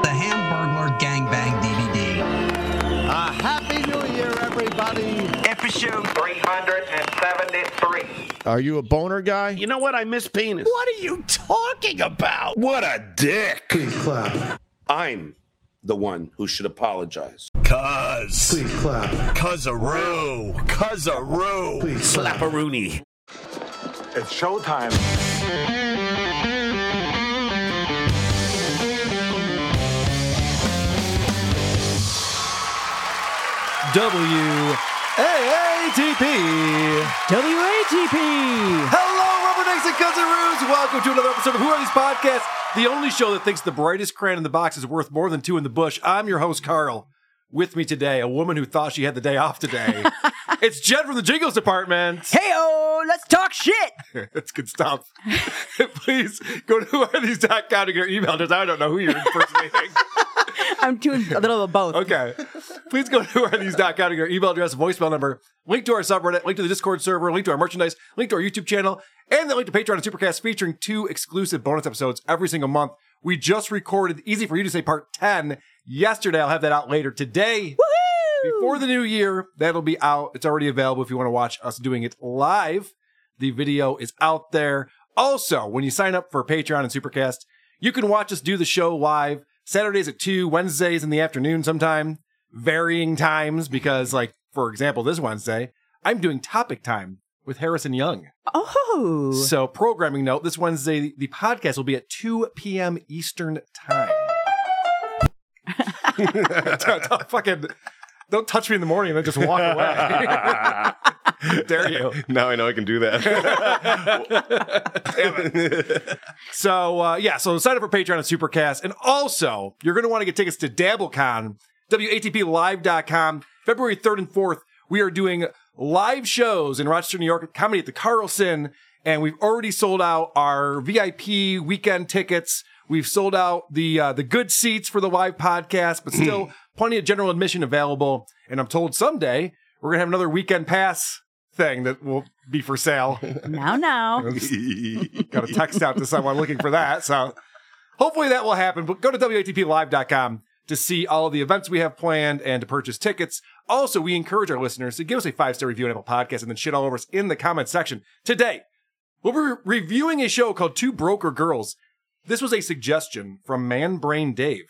the Hamburglar Gangbang DVD. A happy new year, everybody. Episode 373. Are you a boner guy? You know what? I miss penis. What are you talking about? What a dick. Please clap. I'm the one who should apologize. Cuz. Please clap. Cuzaroo. Cuzaroo. Please Slapperoonie. It's showtime. WAATP. WATP! Hello, Rubbernecks and Cuzzaroos. Welcome to another episode of Who Are These Podcasts, the only show that thinks the brightest crayon in the box is worth more than two in the bush. I'm your host, Carl. With me today, a woman who thought she had the day off today. it's Jed from the Jingles Department. Hey, oh, let's talk shit! That's good stuff. Please go to whoarethese.com to get your email address. I don't know who you're impersonating. I'm doing a little of both. Okay. Please go to whoarethese.com to your email address, voicemail number, link to our subreddit, link to the Discord server, link to our merchandise, link to our YouTube channel, and the link to Patreon and Supercast featuring two exclusive bonus episodes every single month. We just recorded Easy for You to Say Part 10 yesterday. I'll have that out later today. Before the new year, that'll be out. It's already available if you want to watch us doing it live. The video is out there. Also, when you sign up for Patreon and Supercast, you can watch us do the show live Saturdays at 2, Wednesdays in the afternoon sometime, varying times because like for example, this Wednesday, I'm doing topic time with Harrison Young. Oh, So, programming note, this Wednesday the podcast will be at 2 p.m. Eastern time. don't, don't fucking don't touch me in the morning and then just walk away. Dare you. Now I know I can do that. So uh, yeah, so sign up for Patreon and Supercast, and also you're going to want to get tickets to DabbleCon, WATPLive.com, February 3rd and 4th. We are doing live shows in Rochester, New York, at comedy at the Carlson, and we've already sold out our VIP weekend tickets. We've sold out the uh, the good seats for the live podcast, but still plenty of general admission available. And I'm told someday we're gonna have another weekend pass thing that will be for sale. now, now. got a text out to someone looking for that. So hopefully that will happen. But go to WATPLive.com to see all of the events we have planned and to purchase tickets. Also, we encourage our listeners to give us a five star review on Apple Podcasts and then shit all over us in the comments section. Today, we'll be re- reviewing a show called Two Broker Girls. This was a suggestion from Man Brain Dave.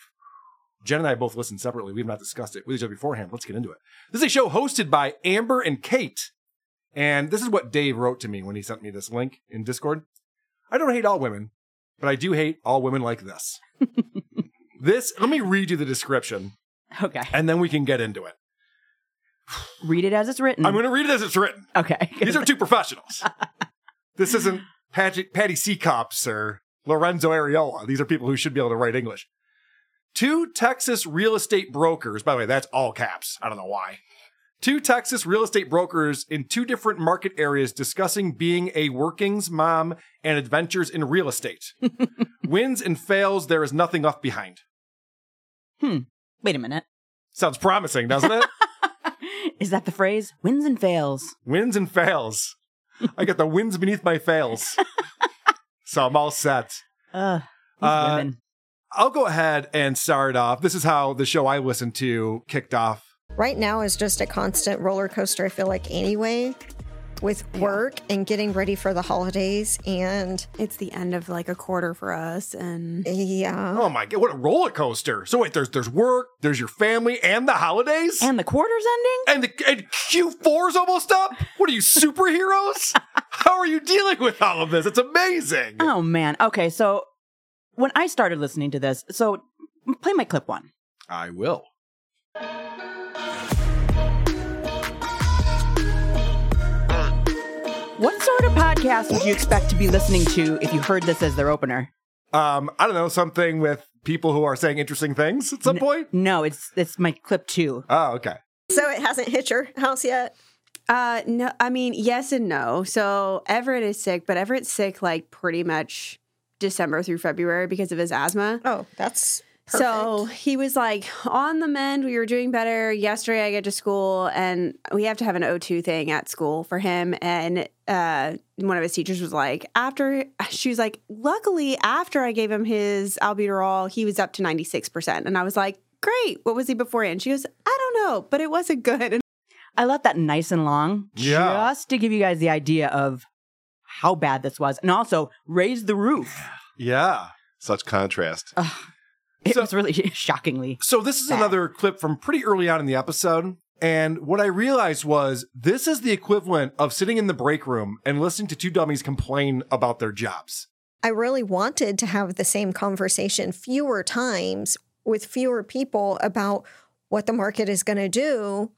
Jen and I both listened separately. We've not discussed it with each other beforehand. Let's get into it. This is a show hosted by Amber and Kate. And this is what Dave wrote to me when he sent me this link in Discord. I don't hate all women, but I do hate all women like this. this, let me read you the description Okay. and then we can get into it. Read it as it's written. I'm going to read it as it's written. okay. These are two professionals. This isn't Patty, Patty Seacops or Lorenzo Ariola. These are people who should be able to write English. Two Texas real estate brokers, by the way, that's all caps. I don't know why. Two Texas real estate brokers in two different market areas discussing being a workings mom and adventures in real estate. Wins and fails, there is nothing left behind. hmm, Wait a minute. Sounds promising, doesn't it? Is that the phrase? Wins and fails. wins and fails. I got the wins beneath my fails. so I'm all set. Ugh. These Uh, women. I'll go ahead and start off. This is how the show I listened to kicked off. right now is just a constant roller coaster, I feel like, anyway, with work and getting ready for the holidays. And it's the end of like a quarter for us and yeah, Oh my god, what a roller coaster. So wait, there's there's work, there's your family, and the holidays? And the quarter's ending? and, the, and Q4's almost up? What are you, superheroes? How are you dealing with all of this? It's amazing. Oh, man. Okay. So when I started listening to this, so play my clip one. I will. What sort of podcast would you expect to be listening to if you heard this as their opener? Um, I don't know, something with people who are saying interesting things at some point? No, it's it's my clip two. Oh, okay. So it hasn't hit your house yet? Uh, no, I mean, yes and no. So Everett is sick, but Everett's sick like pretty much December through February because of his asthma. Oh, that's So he was like on the mend. We were doing better. Yesterday, I get to school and we have to have an O2 thing at school for him. And uh, one of his teachers was like, after she was like, luckily, after I gave him his albuterol, he was up to 96%. And I was like, great. What was he beforehand? She goes, I don't know, but it wasn't good. And I left that nice and long Yeah. just to give you guys the idea of how bad this was, and also raise the roof. Yeah. Such contrast. It was really shockingly. So this is another clip from pretty early on in the episode. And what I realized was this is the equivalent of sitting in the break room and listening to two dummies complain about their jobs. I really wanted to have the same conversation fewer times with fewer people about what the market is going to do.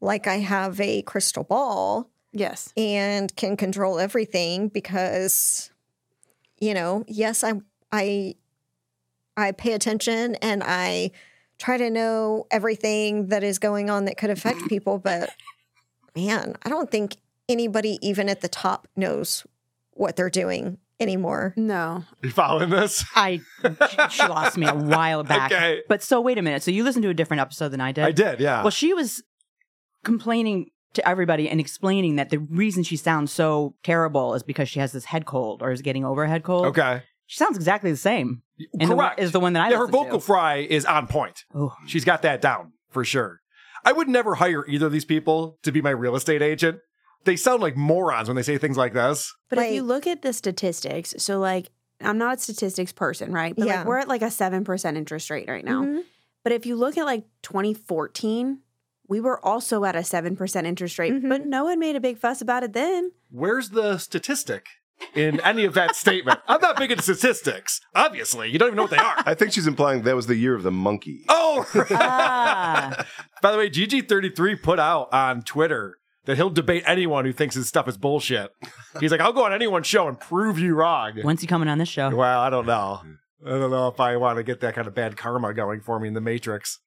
Like I have a crystal ball. Yes. And can control everything because you know, yes, I I I pay attention and I try to know everything that is going on that could affect people, but man, I don't think anybody even at the top knows what they're doing anymore. No. You following this? I she lost me a while back. Okay. But so wait a minute. So you listened to a different episode than I did. I did, yeah. Well, she was complaining to everybody and explaining that the reason she sounds so terrible is because she has this head cold or is getting over a head cold. Okay. She sounds exactly the same. And the one- Correct. is the one that I yeah, her listened to. Oh. vocal fry is on point. She's got that down for sure. I would never hire either of these people to be my real estate agent. They sound like morons when they say things like this. But if you look at the statistics, so like I'm not a statistics person, right? But Yeah. like we're at like a seven percent interest rate right now. Mhm. But if you look at like 2014, we were also at a seven percent interest rate, but no one made a big fuss about it then. Where's the statistic in any of that statement? I'm not big into statistics. Obviously, you don't even know what they are. I think she's implying that was the year of the monkey. Oh, by the way, GG33 put out on Twitter that he'll debate anyone who thinks his stuff is bullshit. He's like, I'll go on anyone's show and prove you wrong. When's he coming on this show? Well, I don't know. I don't know if I want to get that kind of bad karma going for me in the Matrix.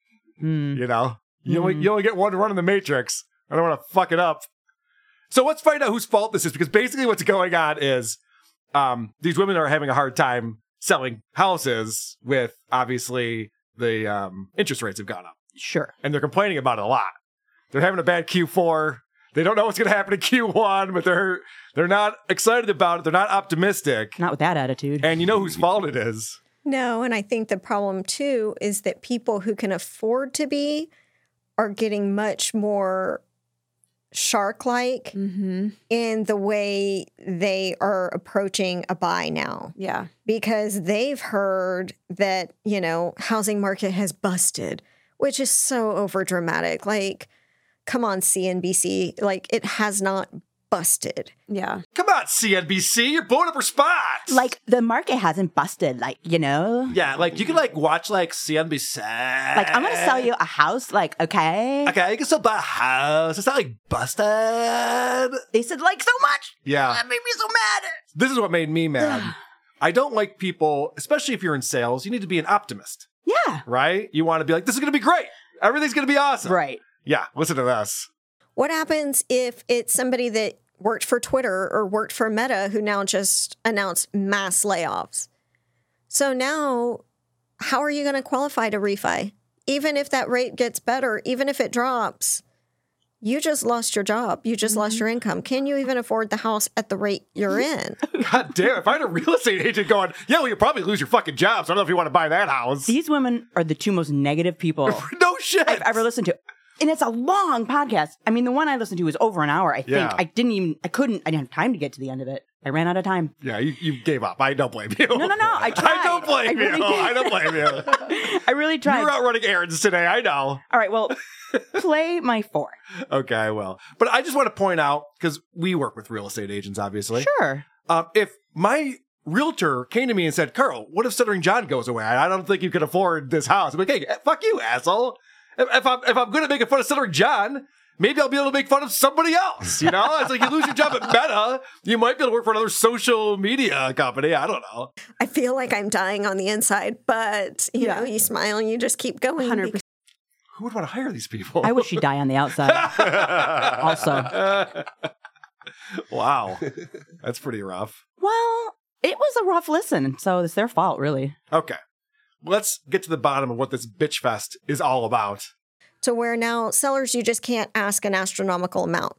You know, you, only, you only get one run in the Matrix. I don't want to fuck it up. So let's find out whose fault this is because basically what's going on is um, these women are having a hard time selling houses with obviously the um, interest rates have gone up. Sure. And they're complaining about it a lot. They're having a bad Q4. They don't know what's going to happen in Q1, but they're they're not excited about it. They're not optimistic. Not with that attitude. And you know whose fault it is. No, and I think the problem too is that people who can afford to be are getting much more shark like Mm-hmm. in the way they are approaching a buy now. Yeah. Because they've heard that, you know, housing market has busted, which is so over dramatic. Like, come on, CNBC. Like, it has not busted. Yeah. Come on, CNBC, you're blowing up her spot. Like the market hasn't busted, like, you know? Yeah, like you can like watch like CNBC. Like I'm gonna sell you a house, like, okay. Okay, you can still buy a house. It's not like busted. They said like so much. Yeah. That made me so mad. This is what made me mad. I don't like people, especially if you're in sales, you need to be an optimist. Yeah. Right? You want to be like, this is going to be great. Everything's going to be awesome. Right. Yeah, listen to this. What happens if it's somebody that worked for Twitter or worked for Meta who now just announced mass layoffs? So now, how are you going to qualify to refi? Even if that rate gets better, even if it drops, you just lost your job. You just lost your income. Can you even afford the house at the rate you're in? God damn, if I had a real estate agent going, yeah, well, you'll probably lose your fucking job, so I don't know if you want to buy that house. These women are the two most negative people no shit I've ever listened to. And it's a long podcast. I mean, the one I listened to was over an hour, I think. Yeah. I didn't even I couldn't I didn't have time to get to the end of it. I ran out of time. Yeah, you, you gave up. I don't blame you. No, no, no. I tried. I don't blame I you. really did. I don't blame you. I really tried. You're out running errands today. I know. All right, well, play my four. Okay, I will. But I just want to point out because we work with real estate agents, obviously. Sure. Um, if my realtor came to me and said, "Carl, what if Stuttering John goes away? I I don't think you eh, can afford this house." I'm like, "Hey, fuck you, asshole! If, if I'm if I'm going to make fun of Stuttering John, maybe I'll be able to make fun of somebody else. You know, it's like you lose your job at Meta, you might be able to work for another social media company. I don't know. I feel like I'm dying on the inside, but you know, you smile and you just keep going. 100%. Who would want to hire these people? I wish she'd die on the outside. Also. wow, that's pretty rough. well, it was a rough listen, so it's their fault, really. Okay, let's get to the bottom of what this bitch fest is all about. to where now sellers you just can't ask an astronomical amount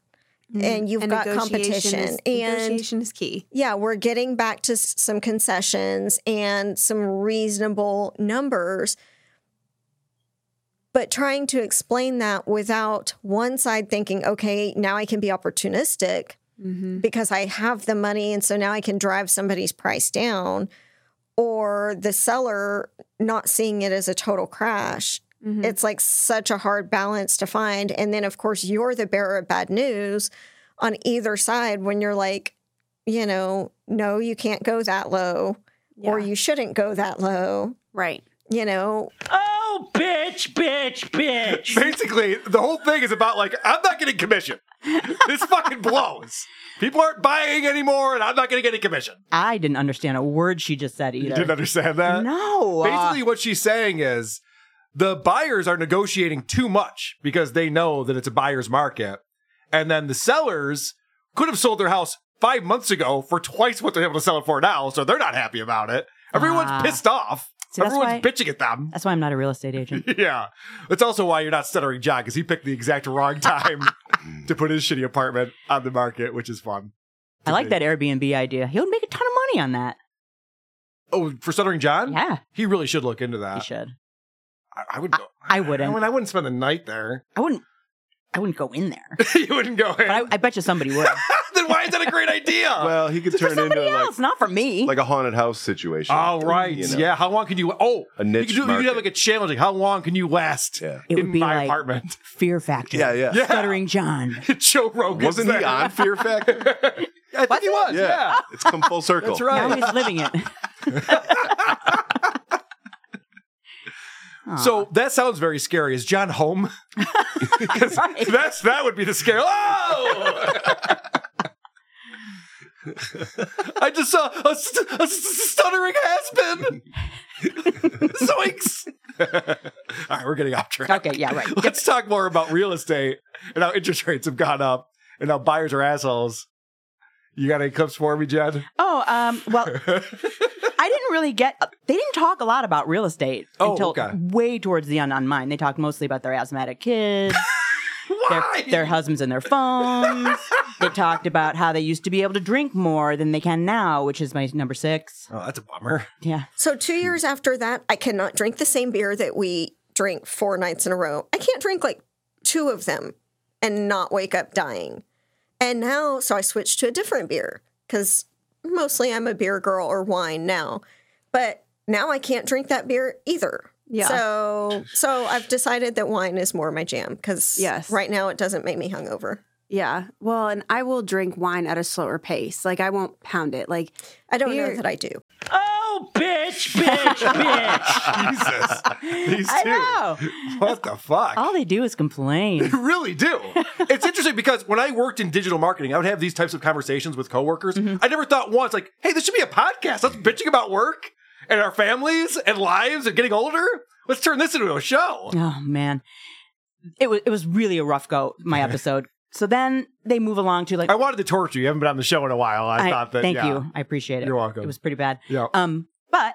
Mm-hmm. and you've got competition Is, and negotiation is key. yeah we're getting back to s- some concessions and some reasonable numbers but trying to explain that without one side thinking okay now i can be opportunistic because i have the money and so now i can drive somebody's price down or the seller not seeing it as a total crash it's like such a hard balance to find. And then, of course, you're the bearer of bad news on either side when you're like, you know, no, you can't go that low, or you shouldn't go that low. Right. You know, Oh, bitch, bitch, bitch. Basically, the whole thing is about like, I'm not getting commission. This fucking blows. People aren't buying anymore, and I'm not going to get any commission. I didn't understand a word she just said either. You didn't understand that? No. uh, Basically, what she's saying is the buyers are negotiating too much because they know that it's a buyer's market. And then the sellers could have sold their house five months ago for twice what they're able to sell it for now. So they're not happy about it. Everyone's Ah. pissed off. See, that's Everyone's why- bitching at them. That's why I'm not a real estate agent. Yeah. That's also why you're not stuttering John, because he picked the exact wrong time to put his shitty apartment on the market, which is fun. I like that Airbnb idea. He would make a ton of money on that. Oh, for stuttering John? Yeah. He really should look into that. He should. I, I would go. I wouldn't. I wouldn't, I wouldn't spend the night there. I wouldn't. I wouldn't go in there. you wouldn't go in. But I, I bet you somebody would. then why is that a great idea? Well, he could turn into like, it's not for me. like a haunted house situation. All right. You know? Yeah. How long can you? Oh, A niche you could, do, you could have like a challenge. Like, how long can you last It in would be my like apartment? Fear Factor. Yeah, yeah. Yeah. Stuttering John. Joe Rogan. Wasn't he on Fear Factor? I think he was. Yeah. Yeah. It's come full circle. That's right. Now he's living it. So that sounds very scary. Is John home? 'Cause that's that would be the scare. Oh! I just saw a, st- a st- stuttering husband. Zoinks! All right, we're getting off track. Okay, yeah, right. Let's talk more about real estate and how interest rates have gone up and how buyers are assholes. You got any clips for me, Jed? Oh, um, well, I didn't really get. They didn't talk a lot about real estate Oh, until okay. way towards the end on mine. They talked mostly about their asthmatic kids, their, Why? their husbands and their phones. they talked about how they used to be able to drink more than they can now, which is my number six. Oh, that's a bummer. Yeah. so two years after that, I cannot drink the same beer that we drink four nights in a row. I can't drink like two of them and not wake up dying. And now, so I switched to a different beer because mostly I'm a beer girl or wine now. But now I can't drink that beer either. Yeah. So, so I've decided that wine is more my jam because Yes. right now it doesn't make me hungover. Yeah. Well, and I will drink wine at a slower pace. Like I won't pound it. Like I don't know Beer- that I do. Oh, bitch, bitch, bitch. Jesus. These two. I What the fuck? Oh. All they do is complain. You really do. It's interesting because when I worked in digital marketing, I would have these types of conversations with coworkers. Mm-hmm. I never thought once, like, hey, this should be a podcast. Let's bitching about work and our families and lives and getting older. Let's turn this into a show. Oh man, it was it was really a rough go. My episode. so then they move along to like. I wanted to torture you. You haven't been on the show in a while. I, I- thought that. Thank yeah. you. I appreciate it. You're welcome. It was pretty bad. Yeah. Um, but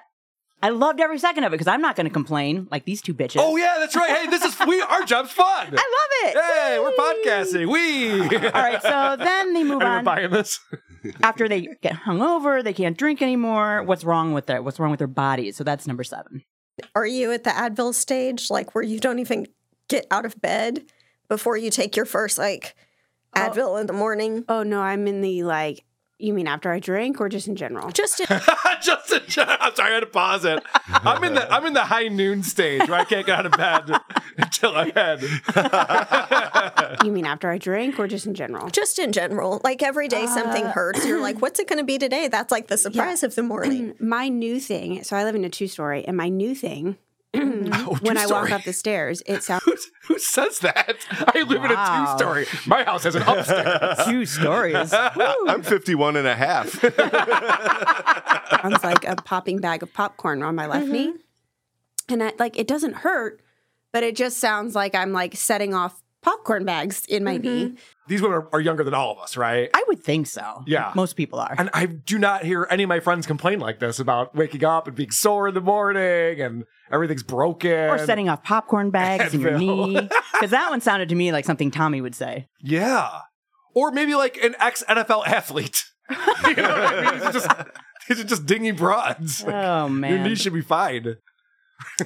I loved every second of it because I'm not going to complain like these two bitches. Oh yeah, that's right. Hey, this is we. Our job's fun. I love it. Hey, we're podcasting. We. All right, so then they move Anyone on. buying this? After they get hungover, they can't drink anymore. What's wrong with their What's wrong with their bodies? So that's number seven. Are you at the Advil stage, like where you don't even get out of bed before you take your first like Advil in the morning? oh no, I'm in the like you mean after I drink or just in general? Just Justin, I'm sorry, I had to pause it. I'm in the I'm in the high noon stage where I can't get out of bed until I head. you mean after I drink or just in general? Uh, just in general, like every day something hurts. You're like, what's it going to be today? That's like the surprise of the morning. My new thing, so I live in a two story, and my new thing when I walk Mm-hmm. Oh, two-story. up the stairs. It sounds. Who says that? I live in a Wow. two-story. My house has an upstairs. Two stories. I'm 51 and a half. sounds like a popping bag of popcorn on my left knee. Mm-hmm. And I, like it doesn't hurt, but it just sounds like I'm like setting off popcorn bags in Mm-hmm. my knee. Mm-hmm. These women are, are younger than all of us, right? I would think so. Yeah. Most people are. And I do not hear any of my friends complain like this about waking up and being sore in the morning and everything's broken. Or setting off popcorn bags in your Advil. knee. Because that one sounded to me like something Tommy would say. Yeah. Or maybe like an ex NFL athlete. you know what I mean? These are just, these are just dingy broads. Like, Oh, Your knee man. should be fine.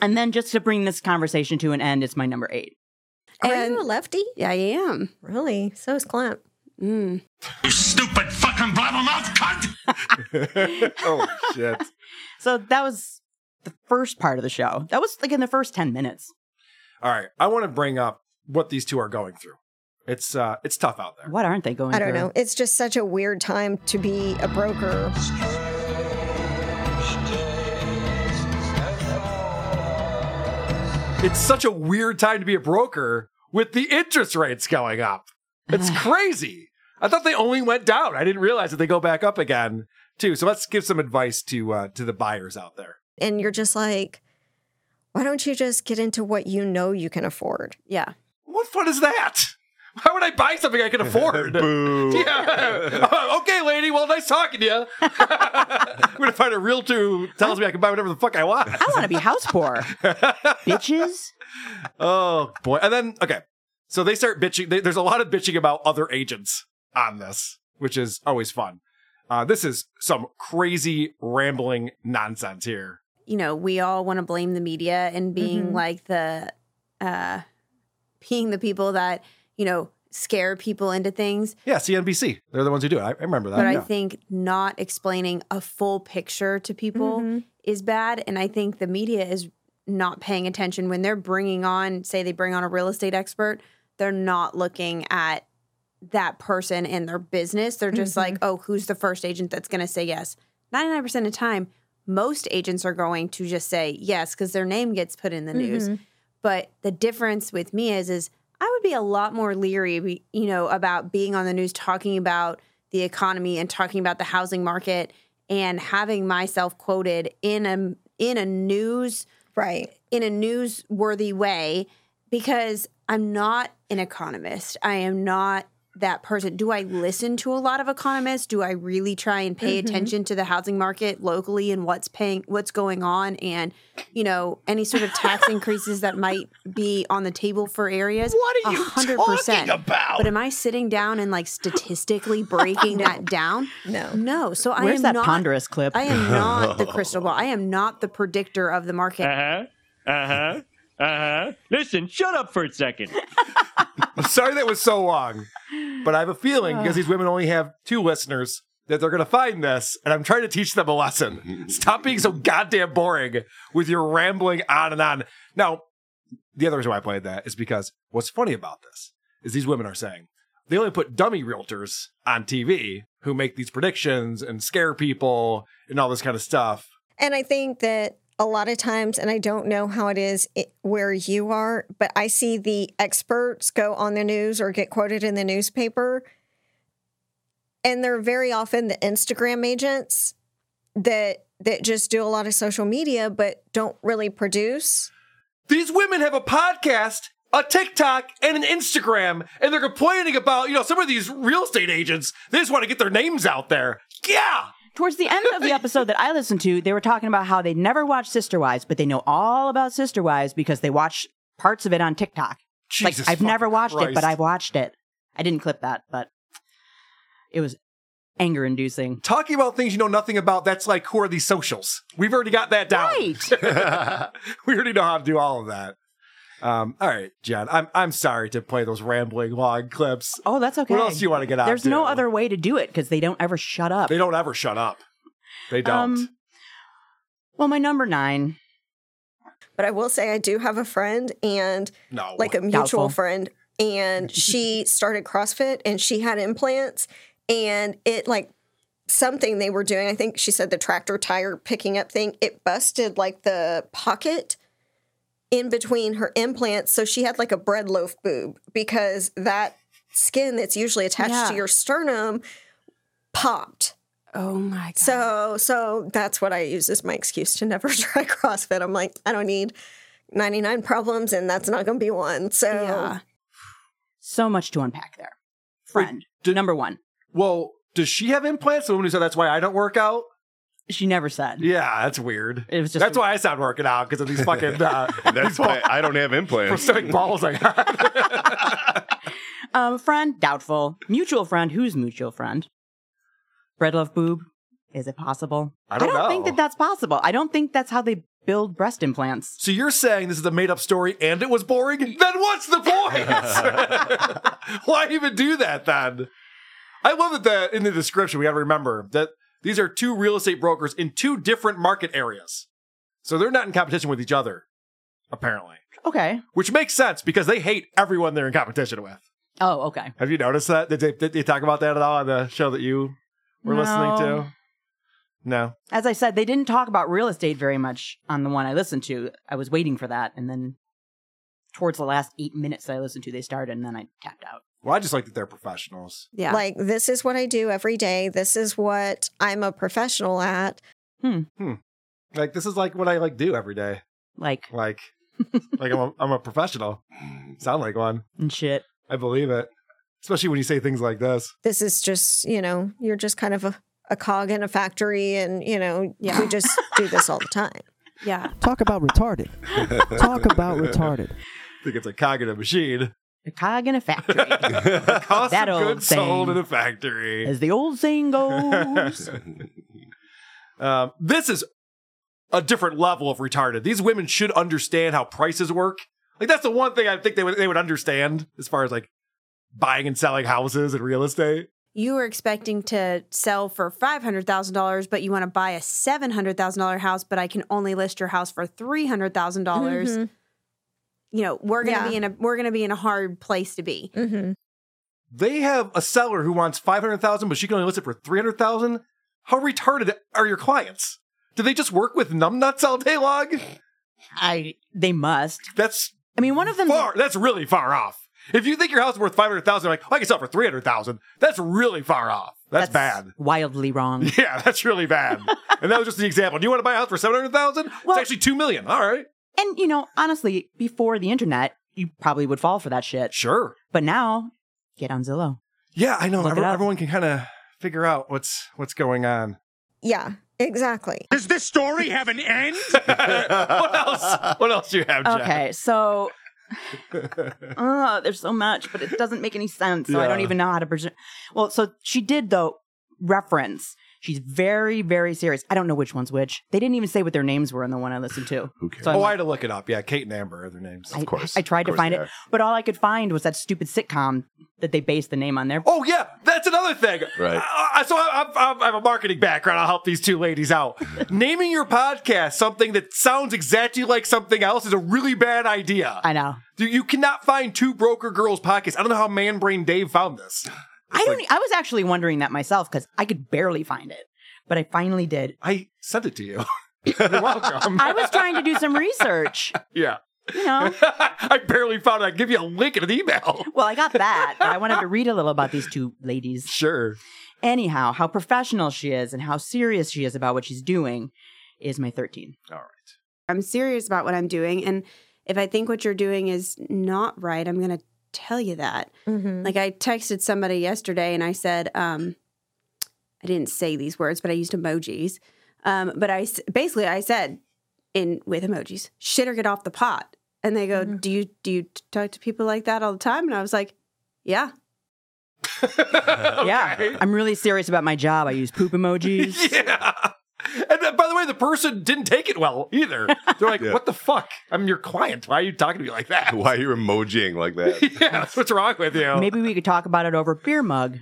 and then just to bring this conversation to an end, it's my number eight. Are you a lefty? Yeah, I am. Really? So is Clamp. Mm. You stupid fucking blabbermouth cunt! oh, shit. So that was the first part of the show. That was like in the first 10 minutes. All right. I want to bring up what these two are going through. It's uh it's tough out there. What aren't they going I don't through? know. It's just such a weird time to be a broker. It's such a weird time to be a broker with the interest rates going up. It's crazy. I thought they only went down. I didn't realize that they go back up again too. So let's give some advice to uh to the buyers out there. And you're just like, why don't you just get into what you know you can afford? Yeah. What fun is that? Why would I buy something I can afford? Boo. Yeah. Uh, okay, lady. Well, nice talking to you. I'm gonna find a realtor who tells me I can buy whatever the fuck I want. I want to be house poor. Bitches. Oh boy. And then okay, so they start bitching. They, there's a lot of bitching about other agents on this, which is always fun. Uh, this is some crazy rambling nonsense here. You know, we all want to blame the media and being Mhm. like the, uh, being the people that you know scare people into things. Yeah, CNBC. They're the ones who do it. I, I remember that. but I yeah. think not explaining a full picture to people is bad. And I think the media is not paying attention when they're bringing on, say, they bring on a real estate expert, they're not looking at that person and their business. They're just like, oh, who's the first agent that's going to say yes? 99% of the time, most agents are going to just say yes because their name gets put in the Mm-hmm. news. But the difference with me is, is I would be a lot more leery, you know, about being on the news talking about the economy and talking about the housing market and having myself quoted in a in a news Right. in a newsworthy way because I'm not an economist. I am not that person. Do I listen to a lot of economists? Do I really try and pay attention to the housing market locally and what's paying what's going on and you know any sort of tax increases that might be on the table for areas? What are you talking about? But am I sitting down and like statistically breaking that down? No. No. So I Where's am that not ponderous clip? I am not the crystal ball. I am not the predictor of the market. Uh huh. Uh huh. Listen, shut up for a second. I'm sorry that was so long, but I have a feeling because these women only have two listeners that they're going to find this, and I'm trying to teach them a lesson. Stop being so goddamn boring with your rambling on and on. Now, the other reason why I played that is because what's funny about this is these women are saying they only put dummy realtors on TV who make these predictions and scare people and all this kind of stuff. And I think that a lot of times, and I don't know how it is i where you are, but I see the experts go on the news or get quoted in the newspaper. And they're very often the Instagram agents that that just do a lot of social media but don't really produce. These women have a podcast, a TikTok, and an Instagram, and they're complaining about, you know, some of these real estate agents, they just want to get their names out there. Yeah. Towards the end of the episode that I listened to, they were talking about how they never watched Sister Wives, but they know all about Sister Wives because they watch parts of it on TikTok. It's Jesus like I've never fucking watched it, but Christ. I've watched it. I didn't clip that, but it was anger inducing. Talking about things you know nothing about, that's like, who are these socials? We've already got that down. we already know how to do all of that. Um, all right, John, I'm, I'm sorry to play those rambling long clips. Oh, that's okay. What else do you want to get out There's no to? other way to do it because they don't ever shut up. They don't ever shut up. They don't. Um, well, my number nine. But I will say I do have a friend and no. like a mutual Doubtful. friend and she started CrossFit and she had implants and it like something they were doing I think she said the tractor tire picking up thing it busted like the pocket in between her implants. So she had like a bread loaf boob because that skin that's usually attached Yeah. to your sternum popped. Oh my god. So so that's what I use as my excuse to never try CrossFit. I'm like, I don't need 99 problems and that's not going to be one. So So much to unpack there. Friend, number one. Well, does she have implants? The woman who said that's why I don't work out. She never said. Yeah, that's weird. It was just that's why I stopped working out because of these fucking. Uh, That's why I don't have implants. prosthetic balls I got. Um, friend, doubtful. Mutual friend, who's mutual friend? Bread love boob. Is it possible? I don't think know. that that's possible. I don't think that's how they build breast implants. So you're saying this is a made up story and it was boring? Then what's the point? Why even do that then? I love that the, in the description, we got to remember that these are two real estate brokers in two different market areas. So they're not in competition with each other, apparently, Okay. which makes sense because they hate everyone they're in competition with. Oh, okay. Have you noticed that? Did they, did they talk about that at all on the show that you were listening No. to? No. As I said, they didn't talk about real estate very much on the one I listened to. I was waiting for that, and then towards the last eight minutes that I listened to, they started, and then I tapped out. Well, I just like that they're professionals. Like this is what I do every day. This is what I'm a professional at. Hmm. Hmm. Like this is like what I like do every day. Like like like I'm a, I'm a professional. Mm, Sound like one. And shit. I believe it. Especially when you say things like this. This is just, you know, you're just kind of a, a cog in a factory and, you know, we just do this all the time. Yeah. Talk about retarded. Talk about retarded. I think it's a cog in a machine. A cog in a factory. Cost That of old goods sold saying. in a factory. As the old saying goes. um, this is a different level of retarded. These women should understand how prices work. Like that's the one thing I think they would they would understand as far as like buying and selling houses and real estate. You were expecting to sell for five hundred thousand dollars, but you want to buy a seven hundred thousand dollar house, but I can only list your house for three dollars. Mhm. You know, we're gonna Yeah. be in a we're gonna be in a hard place to be. Mm-hmm. They have a seller who wants five hundred thousand, but she can only list it for three hundred thousand. How retarded are your clients? Do they just work with numbnuts all day long? I they must. That's I mean one of them far. That's really far off. If you think your house is worth five hundred thousand, like oh, I can sell it for three hundred thousand. That's really far off. That's, bad. Wildly wrong. Yeah, that's really bad. and that was just the example. Do you want to buy a house for seven hundred thousand? It's actually two million. All right. And you know, honestly, before the internet, you probably would fall for that shit. Sure. But now, get on Zillow. Yeah, I know. Look it Every- up. everyone can kind of figure out what's what's going on. Yeah, exactly. Does this story have an end? what else? What else you have, Jack? Okay, so oh, there's so much, but it doesn't make any sense. So I don't Yeah. even know how to present. Well, so she did though reference. She's very, very serious. I don't know which one's which. They didn't even say what their names were in the one I listened to. Who cares? So I'm oh, I like, had to look it up. Yeah, Kate and Amber are their names. I- I tried to find it, but all I could find was that stupid sitcom that they based the name on there. Oh yeah, that's another thing. Right. I, I- so I, I'm- I'm, I have a marketing background. I'll help these two ladies out. Naming your podcast something that sounds exactly like something else is a really bad idea. I know. You, you cannot find two broker girls podcasts. I don't know how Man Brain Dave found this. I don't. e, I was actually wondering that myself because I could barely find it, but I finally did. I sent it to you. You're welcome. I was trying to do some research. Yeah. You know. I barely found it. I give you a link in an email. Well, I got that, but I wanted to read a little about these two ladies. Sure. Anyhow, how professional she is and how serious she is about what she's doing is my 13. All right. I'm serious about what I'm doing. And if I think what you're doing is not right, I'm going to tell you that. Mm-hmm. Like I texted somebody yesterday and I said, um, I didn't say these words, but I used emojis. Um, but I s- basically I said in with emojis, shit or get off the pot. And they go, Mm-hmm. do you do you t- talk to people like that all the time? And I was like, yeah. Yeah. I'm really serious about my job. I use poop emojis. Yeah. And uh, by the way, the person didn't take it well either. They're like, "What the fuck? I'm your client. Why are you talking to me like that? Why are you emojiing like that? yeah, what's wrong with you?" Maybe we could talk about it over a beer mug.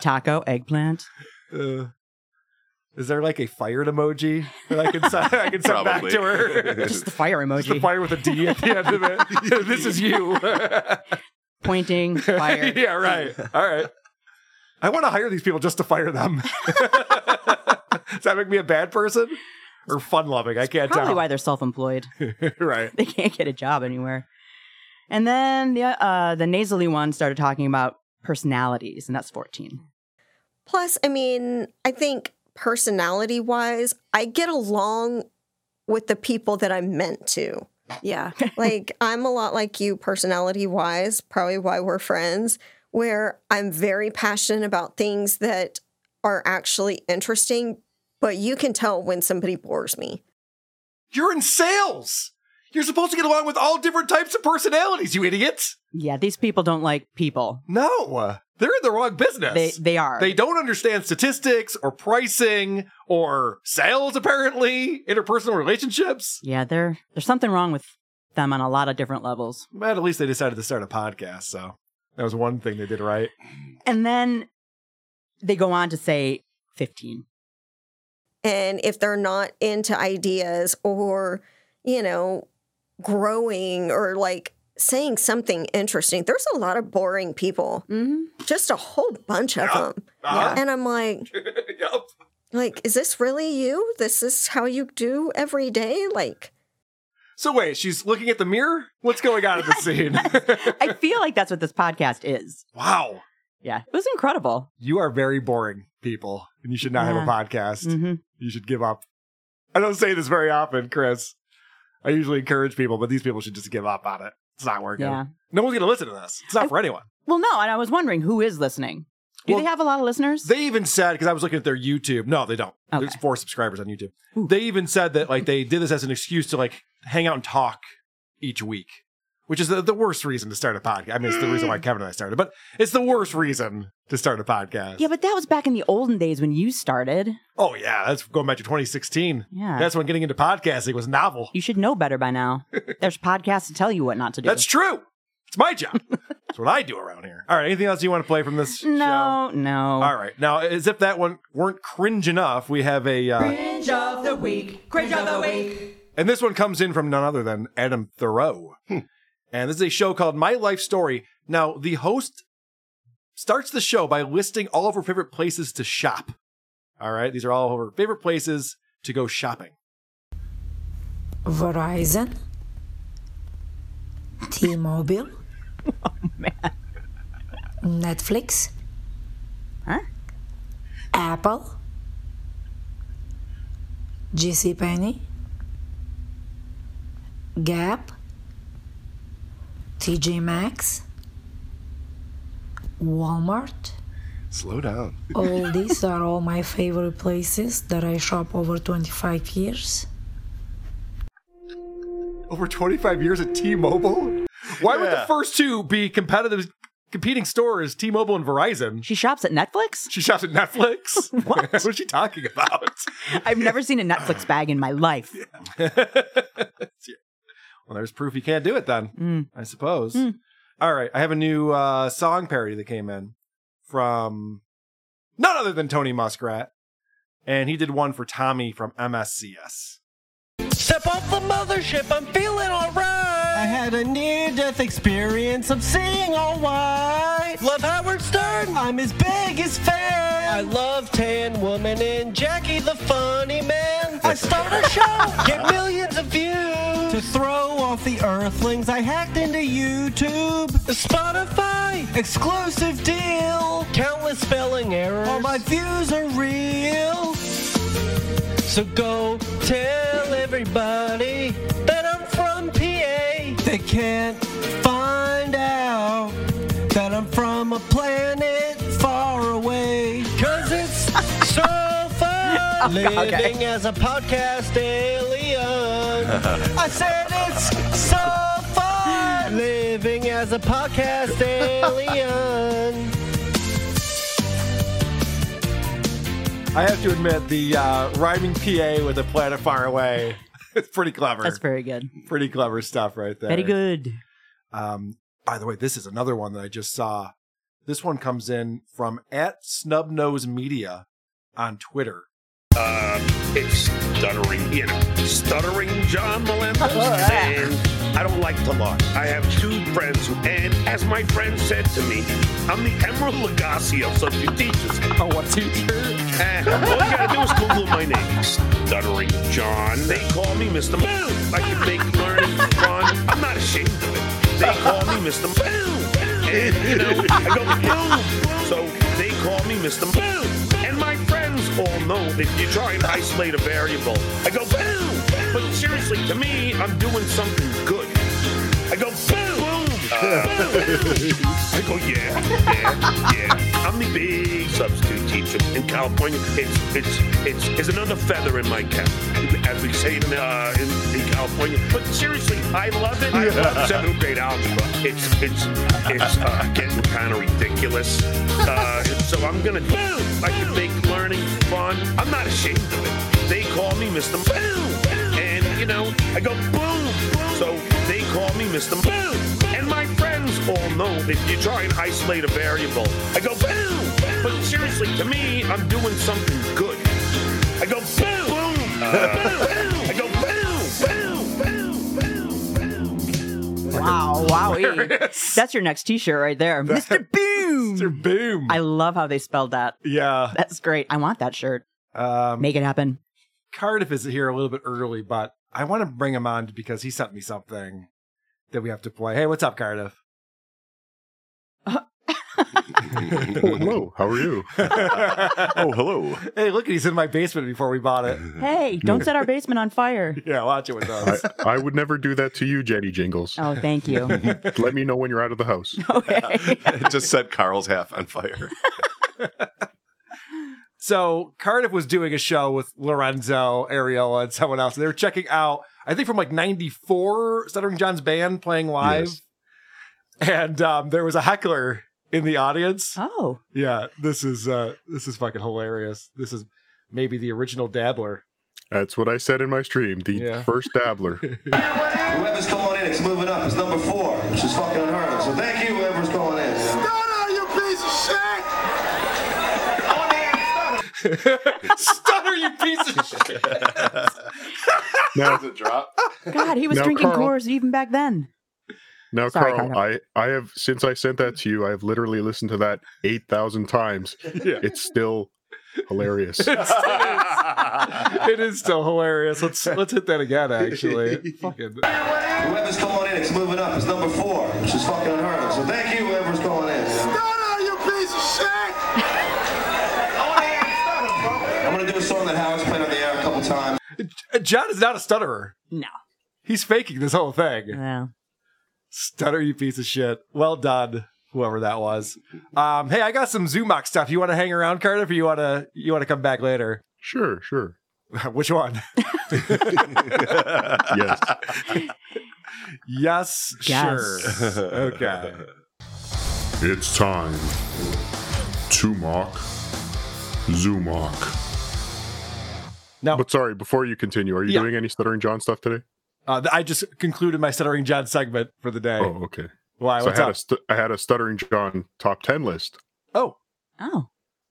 Taco, eggplant. Uh, is there like a fired emoji that I can send, I can send back Probably. to her? Just the fire emoji. the fire with a D at the end of it. this is you. Pointing, fire. yeah, right. All right. I want to hire these people just to fire them. Does that make me a bad person? or fun loving. I can't Probably tell. why they're self-employed. right. They can't get a job anywhere. And then the uh, the nasally one started talking about personalities, and that's fourteen. Plus, I mean, I think personality wise, I get along with the people that I'm meant to. Yeah. like, I'm a lot like you personality wise, probably why we're friends, where I'm very passionate about things that are actually interesting, but you can tell when somebody bores me. You're in sales. You're supposed to get along with all different types of personalities, you idiots. Yeah, these people don't like people. No, they're in the wrong business. They they are. They don't understand statistics or pricing or sales, apparently, interpersonal relationships. yeah, they're there's something wrong with them on a lot of different levels. But at least they decided to start a podcast, so that was one thing they did right. And then they go on to say fifteen. And if they're not into ideas or, you know, growing or like saying something interesting, there's a lot of boring people, just a whole bunch of them. Uh-huh. And I'm like, like, is this really you? This is how you do every day? Like, So wait, she's looking at the mirror? What's going on in the scene? I feel like that's what this podcast is. wow. Yeah, it was incredible. You are very boring, people, and you should not have a Yeah. podcast. Mhm. You should give up. I don't say this very often, Chris. I usually encourage people, but these people should just give up on it. It's not working. Yeah. No one's going to listen to this. It's not for anyone. Well, no, and I was wondering who is listening. Do they have a lot of listeners? They even said because I was looking at their YouTube. No, they don't. There's four subscribers on YouTube. They even said that like they did this as an excuse to like hang out and talk each week, which is the, the worst reason to start a podcast. I mean, it's the reason Mm. why Kevin and I started, but it's the worst reason to start a podcast. Yeah, but that was back in the olden days when you started. Oh yeah, that's going back to 2016. Yeah. that's when getting into podcasting was novel. You should know better by now. There's podcasts to tell you what not to do. That's true. It's my job. That's what I do around here. All right. Anything else you want to play from this? No, no. All right. Now, as if that one weren't cringe enough, we have a. Uh, Cringe of the week. Cringe of the week. And this one comes in from none other than Adam Thoreau. And this is a show called My Life Story. Now, the host starts the show by listing all of her favorite places to shop. All right. These are all of her favorite places to go shopping. Verizon, T Mobile, Netflix, huh? Apple, JCPenney, Gap, TJ Maxx, Walmart. Slow down. All Oh. these are all my favorite places that I shop over 25 years. Over 25 years at T Mobile? Why would the Yeah. first two be competitive? Competing stores, T Mobile and Verizon. She shops at Netflix? She shops at Netflix? what? what is she talking about? I've never seen a Netflix bag in my life. Well, there's proof you can't do it then, I suppose. All right. I have a new uh, song parody that came in from none other than Tony Muskrat. And he did one for Tommy from MSCS. Step off the mothership, I'm feeling alright. I had a near death experience, I'm seeing all white. Love Howard Stern, I'm his biggest fan. I love Tan Woman and Jackie the Funny Man. I start a show, get millions of views. To throw off the earthlings, I hacked into YouTube. Spotify, exclusive deal. Countless spelling errors, all my views are real. So go tell everybody that I'm from PA. They can't find out that I'm from a planet far away. Cause it's so fun Okay, okay. living as a podcast alien. I said it's so fun living as a podcast alien. I have to admit, the uh, rhyming PA with a planet far away its pretty clever. That's very good. Pretty clever stuff right there. Very good. Um, by the way, this is another one that I just saw. This one comes in from at Snubnose Media on Twitter. Uh, it's stuttering, you know, stuttering John Malembo. and I don't like to lie. I have two friends, and as my friend said to me, I'm the Emerald Lagasse of substitute teachers. Oh, what teacher? all you gotta do is Google my name, Stuttering John. They call me Mr. Boom. I can make learning fun. I'm not ashamed of it. They call me Mr. Boom. And, you know, I go, boom. So they call me Mr. Boom. And my friends all know that you try and isolate a variable. I go, boom. But seriously, to me, I'm doing something good. I go, boom. boom. Uh, I go, yeah, yeah, yeah. I'm the big substitute teacher in California. It's it's it's, it's another feather in my cap, as we say in, uh, in in California. But seriously, I love it. I love seventh grade algebra. It's it's it's uh, getting kind of ridiculous. Uh, so I'm gonna boom. I can make learning fun. I'm not ashamed of it. They call me Mr. Boom, and you know I go boom. So they call me Mr. Boom, and my friends all know that you try and isolate a variable. I go boom. But seriously, to me, I'm doing something good. I go boom. Boom. I go boom. Boom. Wow, wowie. That's your next t shirt right there. Mr. Boom. Mr. Boom. I love how they spelled that. Yeah. That's great. I want that shirt. Um, Make it happen. Cardiff is here a little bit early, but I want to bring him on because he sent me something that we have to play. Hey, what's up, Cardiff? hello. How are you? oh, hello. Hey, look, he's in my basement before we bought it. Hey, don't set our basement on fire. Yeah, watch it with I, us. I would never do that to you, Jenny Jingles. Oh, thank you. Let me know when you're out of the house. Just set Carl's half on fire. So Cardiff was doing a show with Lorenzo, Ariel, and someone else. They were checking out, I think from like 94, Stuttering John's band playing live. And um, there was a heckler in the audience. Oh. Yeah, this is uh, this is fucking hilarious. This is maybe the original dabbler. That's what I said in my stream. The first dabbler. Whoever's calling in, it's moving up. It's number four, which is fucking unheard of. So thank you, whoever's calling in. Stutter, you piece of shit! Stutter, you piece of shit! Now, God, he was Now, drinking Carl- Coors even back then. now Sorry, Carl, I, Carl. I have since I sent that to you, I have literally listened to that eight thousand times. Yeah. It's still hilarious. it is still hilarious. Let's let's hit that again. Actually, Fucking- Whoever's calling in, it's moving up. It's number four, which is fucking unheard of. So thank you, whoever's calling in. Stutter, you piece of shit! I'm gonna do a song that Howard's played on the air a couple times. Uh, John is not a stutterer. No. He's faking this whole thing. Yeah. Stutter, you piece of shit. Well done, whoever that was. Um, hey, I got some Zoomox stuff. You want to hang around, Cardiff, or you want to you want to come back later? Sure, sure. Which one? yes. Yes, sure. Okay. It's time to mock Zumok. No. But sorry, before you continue, are you doing any Stuttering John stuff today? Uh, th- I just concluded my Stuttering John segment for the day. Oh, okay. Why? So I what's had, a up? stu- I had a Stuttering John top 10 list. Oh. Oh.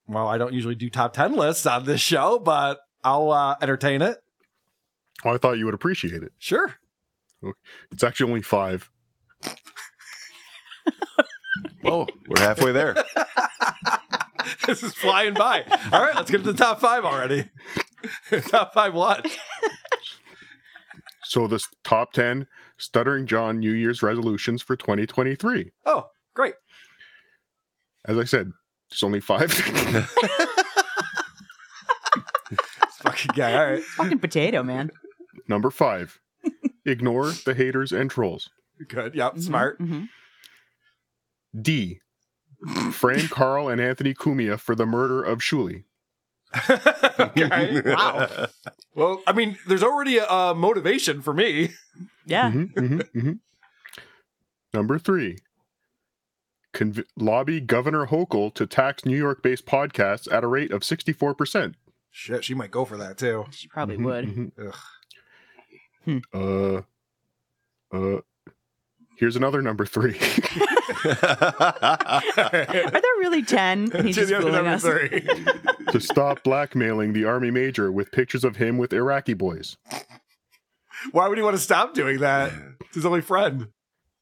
Well, I don't usually do top 10 lists on this show, but I'll uh, entertain it. Oh, I thought you would appreciate it. Sure. It's actually only five. Whoa, we're Oh, halfway there. this is flying by. All right, let's get to the top five already. top five what? So this top 10 Stuttering John New Year's resolutions for 2023. Oh, great. As I said, there's only five. fucking guy. All right. Fucking potato, man. Number five, ignore the haters and trolls. Good. Mm-hmm, Yep. Smart. D, frame Carl and Anthony Cumia for the murder of Shuli. Okay. wow. Well, I mean, there's already a, a motivation for me. Yeah. Mhm, mhm, mhm. Number three, conv- lobby Governor Hochul to tax New York based podcasts at a rate of 64%. Shit, she might go for that too. She probably Mhm, would. mhm. Ugh. Uh, uh, here's another number three. Are there really 10? He's just fooling us. to stop blackmailing the army major with pictures of him with Iraqi boys. Why would he want to stop doing that? It's his only friend.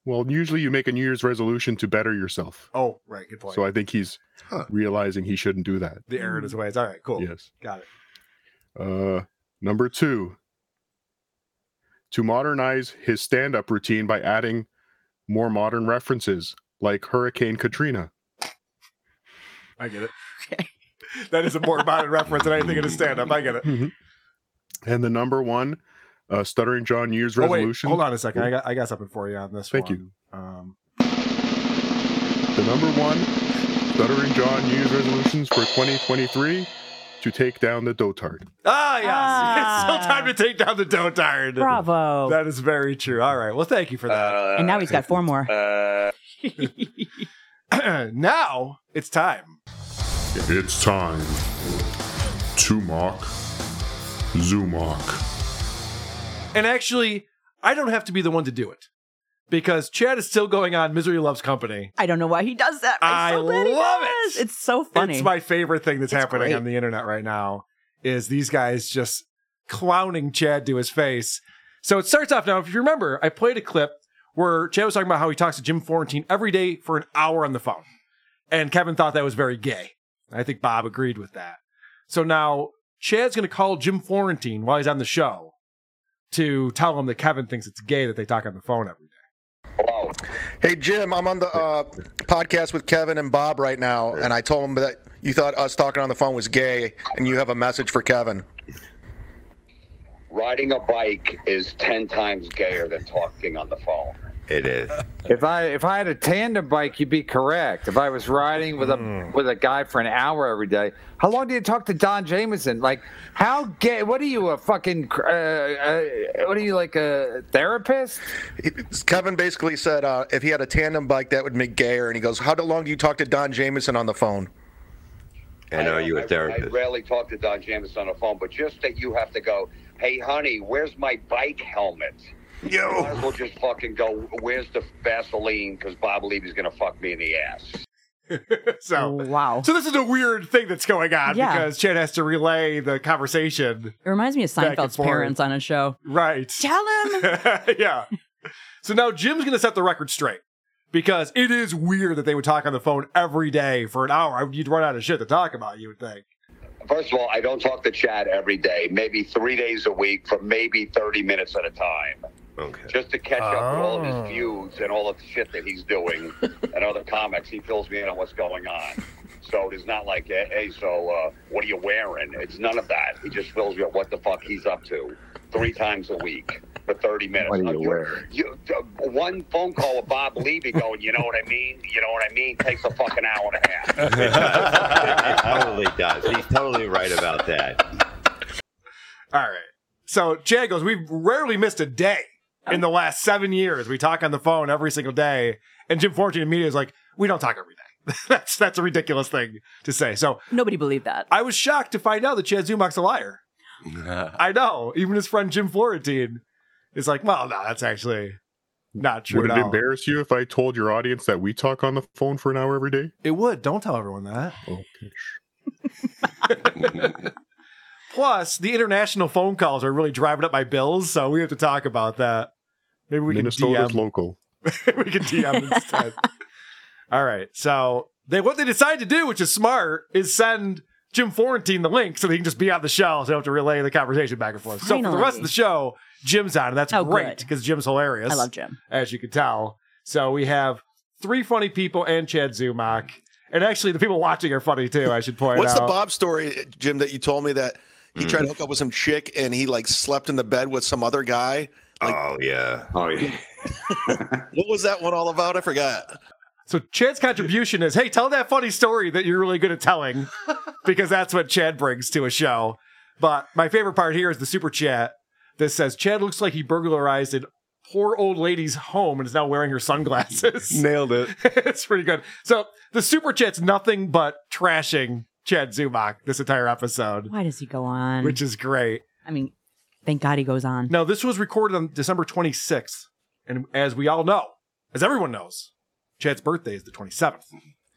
Well, usually you make a New Year's resolution to better yourself. Oh, right. Good point. So I think he's realizing he shouldn't do that. the error in his ways. All right, cool. Yes. Got it. Uh, number two, to modernize his stand up routine by adding more modern references like Hurricane Katrina. I get it. that is a more modern reference than anything in a stand up. I get it. Mm-hmm. Mhm. And the number one, uh, Stuttering John New Year's Oh, wait, resolution. hold on a second. I got I got something for you on this Thank one. you. Um, The number one, Stuttering John New Year's resolutions for 2023 to take down the dotard. ah, yes. Ah. It's still time to take down the dotard. Bravo. That is very true. All right. Well, thank you for that. And now he's got four more. Uh, now it's time. It's time to mock Zumok. And actually, I don't have to be the one to do it because Chad is still going on Misery Loves Company. I don't know why he does that. I'm so I glad he love does. It's so funny. It's my favorite thing that's It's happening great. on the internet right now is these guys just clowning Chad to his face. So it starts off now. If you remember, I played a clip where Chad was talking about how he talks to Jim Florentine every day for an hour on the phone. And Kevin thought that was very gay. I think Bob agreed with that. So now Chad's going to call Jim Florentine while he's on the show to tell him that Kevin thinks it's gay that they talk on the phone every day. Hey Jim, I'm on the uh, podcast with Kevin and Bob right now, and I told them that you thought us talking on the phone was gay, and you have a message for Kevin. Riding a bike is 10 times gayer than talking on the phone. It is. If I if I had a tandem bike, you'd be correct. If I was riding with a with a guy for an hour every day, how long do you talk to Don Jameson? Like, how gay? What are you a fucking? cr- Uh, uh, what are you like a therapist? Kevin basically said uh, if he had a tandem bike, that would make gayer, and he goes, "How long do you talk to Don Jameson on the phone?" And are you a I rarely talk to Don Jameson on the phone, but just that you have to go, hey, honey, where's my bike helmet? Yo. You might as well just fucking go, where's the Vaseline? Because Bob Levy's going to fuck me in the ass. so wow. So this is a weird thing that's going on Yeah. because Chad has to relay the conversation. It reminds me of Back and Seinfeld's forth. parents on a show. Right. Tell him. yeah. So now Jim's going to set the record straight because it is weird that they would talk on the phone every day for an hour. I- You'd run out of shit to talk about, you would think. First of all, I don't talk to Chad every day, maybe three days a week for maybe 30 minutes at a time. Okay. Just to catch up with all of Oh. his views and all of the shit that he's doing and other comics. He fills me in on what's going on. So it is not like, eh, hey, so uh, what are you wearing? It's none of that. He just fills me up what the fuck he's up to three times a week for 30 minutes. What are you Uh, wearing? You, uh, one phone call with Bob Levy going, you know what I mean? You know what I mean? Takes a fucking hour and a half. it totally does. He's totally right about that. All right. So Chad goes, We've rarely missed a day in the last seven years. We talk on the phone every single day. And Jim Fortune in media is like, We don't talk every day. that's that's a ridiculous thing to say. So nobody believed that. I was shocked to find out that Chad Zumok's a liar. I know. Even his friend Jim Florentine is like, well, no, that's actually not true. Would it at all." embarrass you if I told your audience that we talk on the phone for an hour every day? It would. Don't tell everyone that. Plus, the international phone calls are really driving up my bills, so we have to talk about that. Maybe we can Minnesota's DM. local. we can DM instead. All right. So they what they decide to do, which is smart, is send Jim Florentine the link so they can just be on the show, so they don't have to relay the conversation back and forth. So for the rest of Finally. the show, Jim's on, and that's Oh, great good. because Jim's hilarious. I love Jim. as you can tell. So we have three funny people and Chad Zumach, and actually the people watching are funny too. I should point What's out. the Bob story, Jim, that you told me that he Mm. tried to hook up with some chick and he like slept in the bed with some other guy? oh yeah. Oh yeah. What was that one all about? I forgot. So Chad's contribution is, hey, tell that funny story that you're really good at telling, because that's what Chad brings to a show. But my favorite part here is the super chat that says Chad looks like he burglarized an poor old lady's home and is now wearing her sunglasses. Nailed it. it's pretty good. So the super chat's nothing but trashing Chad Zumach this entire episode, Why does he go on? which is great. I mean, thank God he goes on. Now this was recorded on December 26th, and as we all know, as everyone knows, Chad's birthday is the 27th.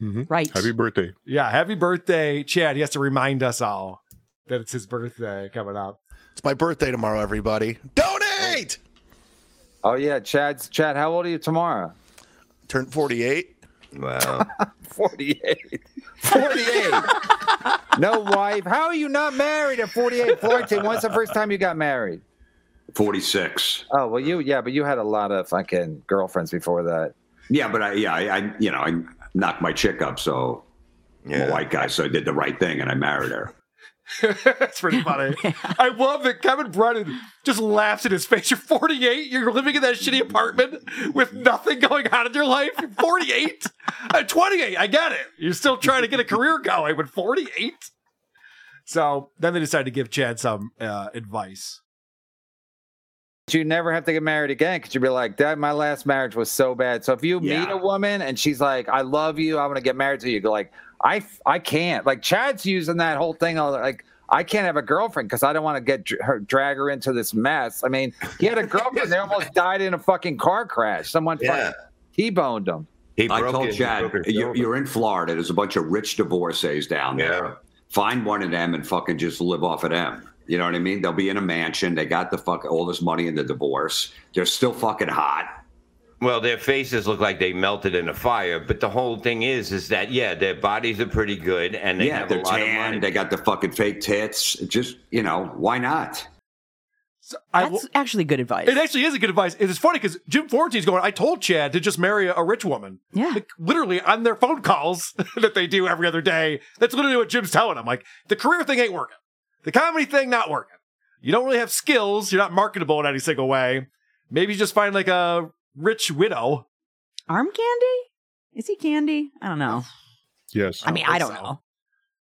Mm-hmm. Right. Happy birthday. Yeah, happy birthday, Chad. He has to remind us all that it's his birthday coming up. It's my birthday tomorrow, everybody. Donate! Oh yeah, Chad's Chad. How old are you tomorrow? Turn forty-eight. Wow. Forty-eight. Forty-eight. no wife. How are you not married at 48, Florentine? When's the first time you got married? 46. Oh, well, you, yeah, but you had a lot of fucking girlfriends before that. Yeah, but I, yeah, I, I you know, I knocked my chick up, so I'm a white guy, so I did the right thing and I married her. That's pretty funny. I love that Kevin Brennan just laughs in his face. You're 48. You're living in that shitty apartment with nothing going on in your life. You're 48. I'm 28. I get it. You're still trying to get a career going, but 48. So then they decided to give Chad some uh, advice. You never have to get married again because you'd be like, Dad, my last marriage was so bad. So if you meet a woman and she's like, I love you, I want to get married to you, you go like, I, I can't. Like, Chad's using that whole thing, all like, I can't have a girlfriend because I don't want to get dr- her, drag her into this mess. I mean, he had a girlfriend that almost died in a fucking car crash. Someone Yeah. fucking T-boned him. I told Chad, you're, you're in Florida. There's a bunch of rich divorcees down there. Find one of them and fucking just live off of them. You know what I mean? They'll be in a mansion. They got the fuck all this money in the divorce. They're still fucking hot. Well, their faces look like they melted in a fire, but the whole thing is, is that yeah, their bodies are pretty good, and they yeah, have a they're lot of money. tan. They got the fucking fake tits. Just you know, why not? That's actually good advice. It actually is a good advice. It's funny because Jim Florentine's going, I told Chad to just marry a, a rich woman. Yeah. Like, literally on their phone calls that they do every other day. That's literally what Jim's telling him. Like, the career thing ain't working. The comedy thing not working. You don't really have skills. You're not marketable in any single way. Maybe just find like a rich widow. Arm candy? Is he candy? I don't know. Yes. I mean, I don't know.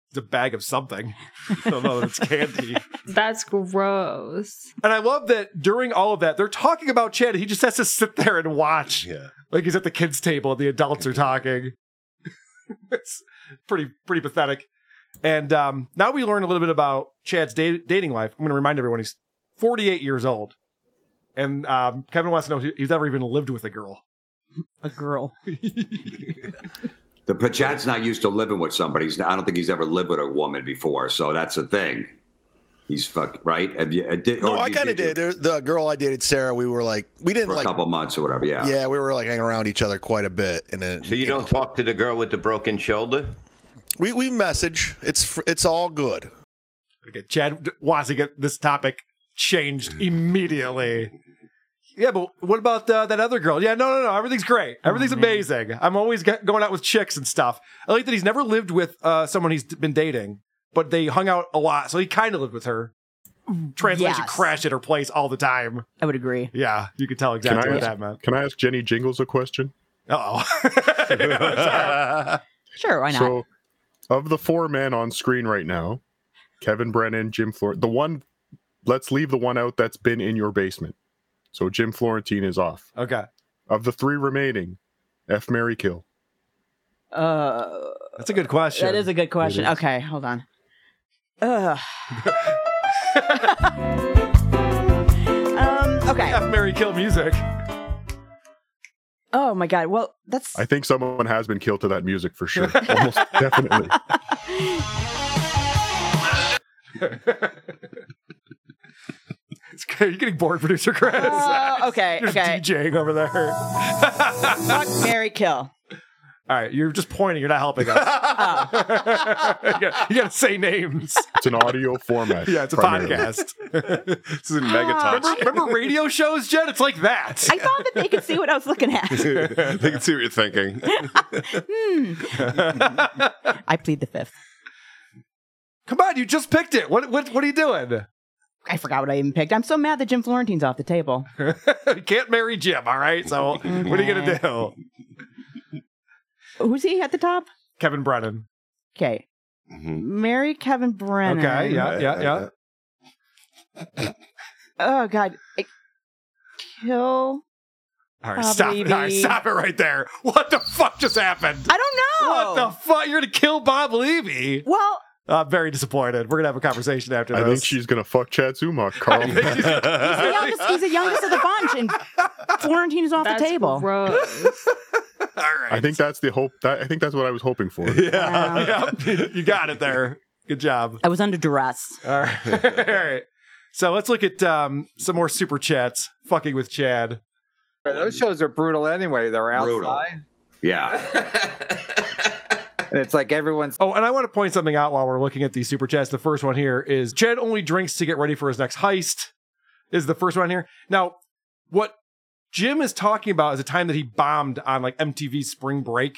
It's a bag of something. I don't know if it's candy. That's gross. And I love that during all of that, they're talking about Chad. and He just has to sit there and watch. Yeah. Like he's at the kids' table and the adults are talking. it's pretty pretty pathetic. And um, now we learn a little bit about Chad's da- dating life. I'm going to remind everyone he's 48 years old. And um, Kevin wants to know if he's ever even lived with a girl. A girl. The but Chad's not used to living with somebody. He's, I don't think he's ever lived with a woman before, so that's the thing. He's fuck right. Have you, uh, did, No, or I kind of you did. There, the girl I dated, Sarah, we were like, we didn't for a like, couple months or whatever. Yeah. yeah. we were like hanging around each other quite a bit, and then So you don't talk to the girl with the broken shoulder? we we message. It's fr- it's all good. Okay, Chad wants to get this topic changed immediately. Yeah, but what about uh, that other girl? Yeah, no, no, no. Everything's great. Everything's Mm-hmm. amazing. I'm always g- going out with chicks and stuff. I like that he's never lived with uh, someone he's d- been dating, but they hung out a lot, so he kind of lived with her. Translation Yes. crash at her place all the time. I would agree. Yeah, you could tell exactly what that meant. Can I ask Jenny Jingles a question? Uh oh. Sure, why So, not? of the four men on screen right now, Kevin Brennan, Jim Florentine, the one, let's leave the one out that's been in your basement. So, Jim Florentine is off. Okay. Of the three remaining, F. Mary Kill. Uh, That's a good question. That is a good question. is. Okay, hold on. Ugh. um, okay. F Mary Kill music. Oh my god. Well, that's I think someone has been killed to that music for sure. Almost definitely. It's good. You're getting bored, producer Chris. Uh, okay, You're okay. DJing over there. All fuck Mary Kill. right, you're just pointing. You're not helping us. you, gotta, you gotta say names. It's an audio format. Yeah, it's a primarily. podcast. this is in Ah. Remember, remember radio shows, Jen? It's like that. I thought that they could see what I was looking at. they can see what you're thinking. Hmm. I plead the fifth. Come on, you just picked it. What what what are you doing? I forgot what I even picked. I'm so mad that Jim Florentine's off the table. you can't marry Jim, all right? So what are you gonna do? Who's he at the top? Kevin Brennan. Okay. Mary Kevin Brennan. Okay, yeah, yeah, yeah. Oh god. I- Kill. All right, stop it. All right, Probably- stop it right there. What the fuck just happened? I don't know. What the fuck? You're gonna kill Bob Levy? Well, I'm Uh, very disappointed. We're gonna have a conversation after I think this. she's gonna fuck Chad Zumach, Carl. He's the youngest, he's the youngest of the bunch, and Florentine is off That's the table. I think that's the hope. That, I think that's what I was hoping for. Yeah, yeah. you got it there. Good job. I was under duress. All right. All right. So let's look at um, some more super chats. Fucking with Chad. Those shows are brutal anyway. They're outside. Yeah. And it's like everyone's. Oh, and I want to point something out while we're looking at these super chats. The first one here is Chad only drinks to get ready for his next heist. Is the first one here now? What Jim is talking about is a time that he bombed on like MTV Spring Break.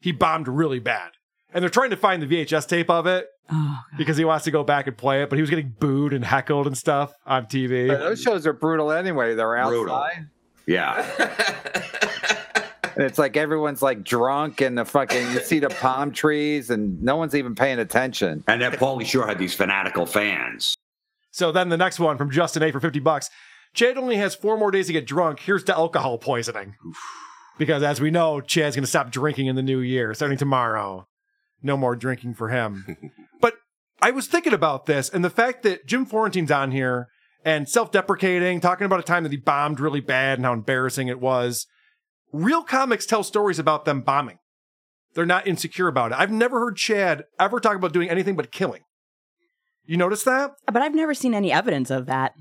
He bombed really bad, and they're trying to find the VHS tape of it Oh, because he wants to go back and play it. But he was getting booed and heckled and stuff on TV. But those shows are brutal anyway. They're outside. Brutal. Yeah. And it's like everyone's like drunk and the fucking you see the palm trees and no one's even paying attention. And that Paulie Shore had these fanatical fans. So then the next one from Justin A for 50 bucks. Chad only has four more days to get drunk. Here's to alcohol poisoning. Because as we know, Chad's going to stop drinking in the new year, starting tomorrow. No more drinking for him. but I was thinking about this and the fact that Jim Florentine's on here and self deprecating, talking about a time that he bombed really bad and how embarrassing it was. Real comics tell stories about them bombing. They're not insecure about it. I've never heard Chad ever talk about doing anything but killing. You notice that? But I've never seen any evidence of that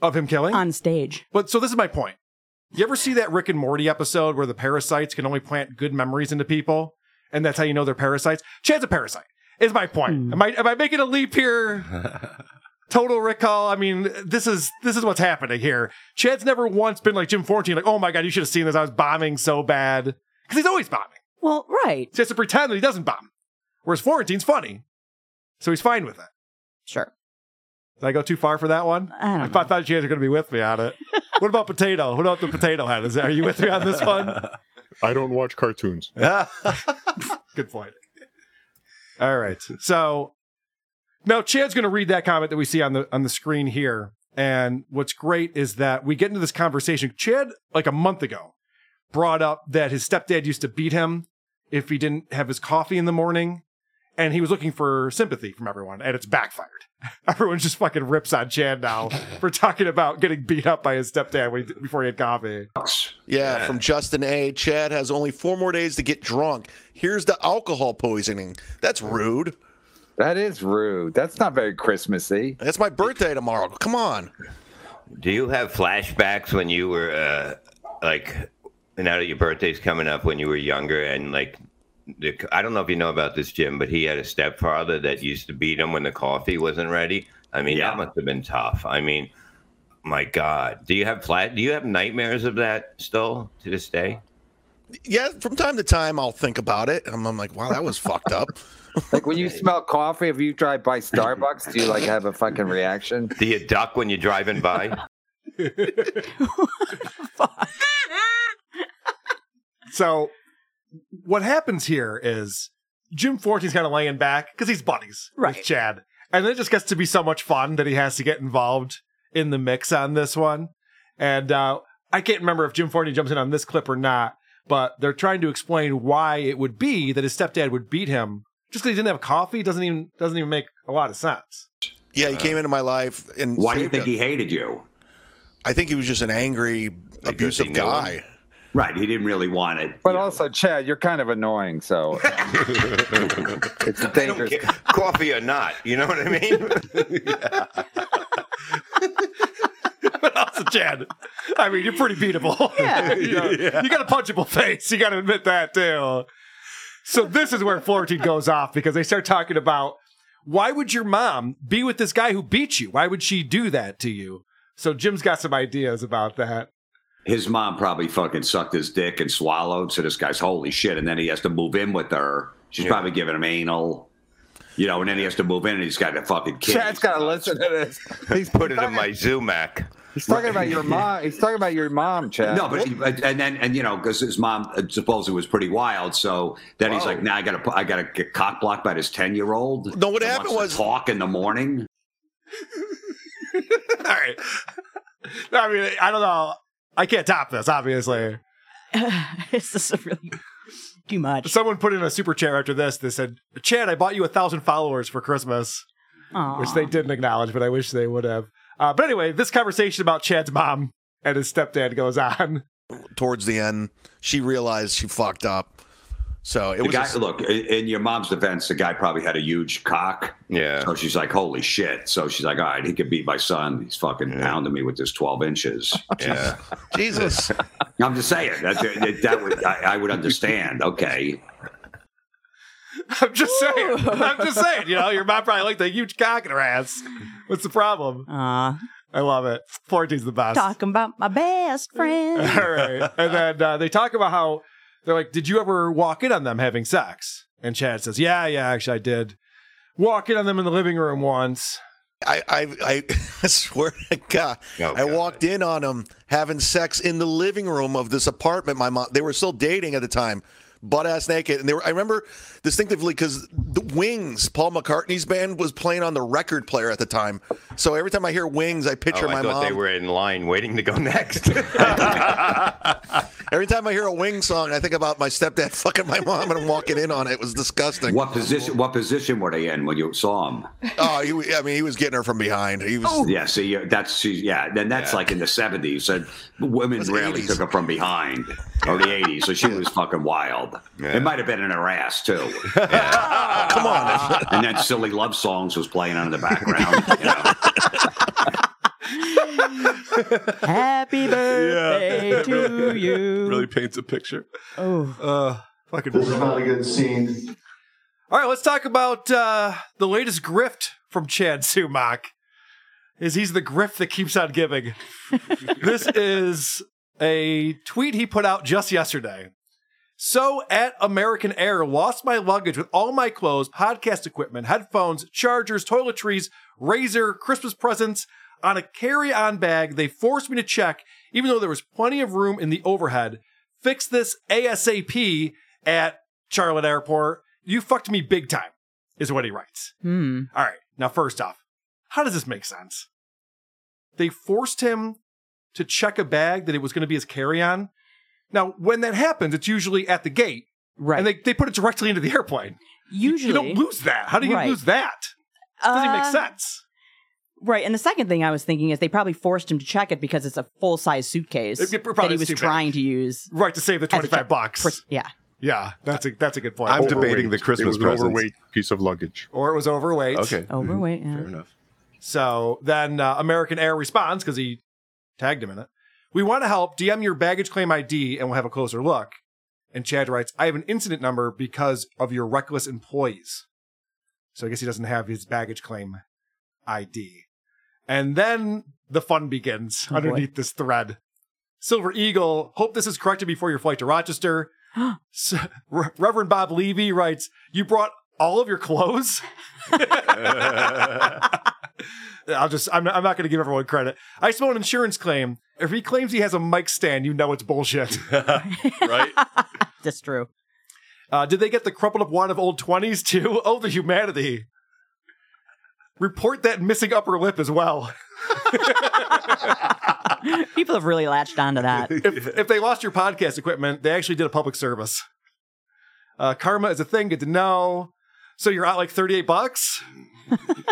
of him killing on stage. But so this is my point. You ever see that Rick and Morty episode where the parasites can only plant good memories into people, and that's how you know they're parasites? Chad's a parasite. Is my point. Hmm. Am I am I making a leap here? Total recall. I mean, this is this is what's happening here. Chad's never once been like Jim Fortune, like, oh my god, you should have seen this. I was bombing so bad because he's always bombing. Well, right. He has to pretend that he doesn't bomb. Whereas Florentine's funny, so he's fine with it. Sure. Did I go too far for that one? I, don't thought, thought you guys were going to be with me on it. what about potato? What about the potato head? Is are you with me on this one? I don't watch cartoons. Good point. All right. So now Chad's going to read that comment that we see on the on the screen here. And what's great is that we get into this conversation. Chad, like a month ago, brought up that his stepdad used to beat him if he didn't have his coffee in the morning. And he was looking for sympathy from everyone, and it's backfired. Everyone just fucking rips on Chad now for talking about getting beat up by his stepdad when he, before he had coffee. Yeah, from Justin A. Chad has only four more days to get drunk. Here's the alcohol poisoning. That's rude. That is rude. That's not very Christmassy. That's my birthday tomorrow. Come on. Do you have flashbacks when you were uh, like now that your birthday's coming up when you were younger and like the, I don't know if you know about this Jim, but he had a stepfather that used to beat him when the coffee wasn't ready. I mean, that must have been tough. I mean, my God, do you have flat? Do you have nightmares of that still to this day? Yeah, from time to time I'll think about it. and I'm, I'm like, wow, that was fucked up. Like when you smell coffee, if you drive by Starbucks, do you like have a fucking reaction? Do you duck when you're driving by? So what happens here is Jim Fortine's kind of laying back because he's buddies with Chad. And it just gets to be so much fun that he has to get involved in the mix on this one. And uh, I can't remember if Jim Fortune jumps in on this clip or not, but they're trying to explain why it would be that his stepdad would beat him just because he didn't have coffee doesn't even doesn't even make a lot of sense. Yeah, he came into my life and Why do you saved think it. he hated you? I think he was just an angry, abusive knew him. guy. Right. He didn't really want it. But also, Chad, you're kind of annoying, so it's a dangerous. Coffee or not, you know what I mean? but also, Chad, I mean, you're pretty beatable. Yeah. you, know, you got a punchable face. You got to admit that, too. So, this is where Florentine goes off because they start talking about why would your mom be with this guy who beat you? Why would she do that to you? So, Jim's got some ideas about that. His mom probably fucking sucked his dick and swallowed. So this guy's holy shit. And then he has to move in with her. She's probably giving him anal, you know, and then he has to move in and he's got a fucking kid. Chad's got to listen to this. He's put it in my Zumac. He's talking about your mom. He's talking about your mom, Chad. No, but but- and then and you know because his mom uh, supposedly was pretty wild, so then he's like, "Now I got to I got to get cock blocked by this ten year old." No, what happened was talk in the morning. All right. I mean, I don't know. I can't top this, obviously. this is really too much. Someone put in a super chat after this that said, Chad, I bought you a thousand followers for Christmas, Aw. which they didn't acknowledge, but I wish they would have. Uh, but anyway, this conversation about Chad's mom and his stepdad goes on. Towards the end, she realized she fucked up. So it the was. guy, just- look in, in your mom's defense, the guy probably had a huge cock. Yeah. So she's like, "Holy shit!" So she's like, "All right, he could beat my son. He's fucking pounding me with this twelve inches." Yeah. Jesus. I'm just saying that that, that would I, I would understand. Okay. I'm just saying. I'm just saying. You know, your mom probably liked a huge cock in her ass. What's the problem? Aw. I love it. Florentine's the best. Talking about my best friend. All right. And then uh, they talk about how they're like, Did you ever walk in on them having sex? And Chad says, Yeah, yeah, actually, I did. Walk in on them in the living room once. I, I, I swear to God, Oh, I walked in on them having sex in the living room of this apartment. My mom, they were still dating at the time, butt ass naked. And they were, I remember distinctively because the Wings, Paul McCartney's band, was playing on the record player at the time. So every time I hear Wings, I picture Oh, I my thought mom. they were in line waiting to go next. Every time I hear a Wings song, I think about my stepdad fucking my mom and I'm walking in on it. It was disgusting. What position? What position were they in when you saw him? Oh. Oh, he, wa- I mean, he was getting her from behind. He was. Yeah, see, you're- that's she's- yeah. Then that's like in the seventies. And women rarely took her from behind, or the eighties. So she was fucking wild. It might have been in her ass too. Come on. And then silly love songs was playing on in the background. you know. Happy birthday Yeah. to you. really paints a picture. Oh. Uh, fucking This is not a good scene. All right, let's talk about uh, the latest grift from Chad Sumac. Is he's the grift that keeps on giving. this is a tweet he put out just yesterday. So at American Air, lost my luggage with all my clothes, podcast equipment, headphones, chargers, toiletries, razor, Christmas presents on a carry on bag. They forced me to check, even though there was plenty of room in the overhead. Fix this ASAP at Charlotte Airport. You fucked me big time, is what he writes. Hmm. All right. Now, first off, how does this make sense? They forced him to check a bag that it was going to be his carry on. Now, when that happens, it's usually at the gate. Right. And they, they put it directly into the airplane. You- You, Usually. don't lose that. How do you Right. Uh, lose that? doesn't make sense. Right. And the second thing I was thinking is they probably forced him to check it because it's a full size suitcase It- it probably that he is was too big. trying to use. Right, to save the as a 25 check- bucks. pers- yeah. Yeah, that's a that's a good point. I'm debating the Christmas It was an presents. overweight piece of luggage. Or it was overweight. Okay. Overweight. Yeah. So then uh, American Air responds because he tagged him in it. We want to help. DM your baggage claim ID and we'll have a closer look. And Chad writes, I have an incident number because of your reckless employees. So I guess he doesn't have his baggage claim ID. And then the fun begins Oh, boy. underneath this thread. Silver Eagle, hope this is corrected before your flight to Rochester. S- Re- Reverend Bob Levy writes, You brought all of your clothes? I'll just, I'm not, I'm not going to give everyone credit. I smell an insurance claim. If he claims he has a mic stand, you know it's bullshit. right? That's true. Uh, did they get the crumpled up wad of old 20s too? Oh, the humanity. Report that missing upper lip as well. People have really latched onto that. if, if they lost your podcast equipment, they actually did a public service. Uh, karma is a thing. Good to know. So you're out like 38 bucks.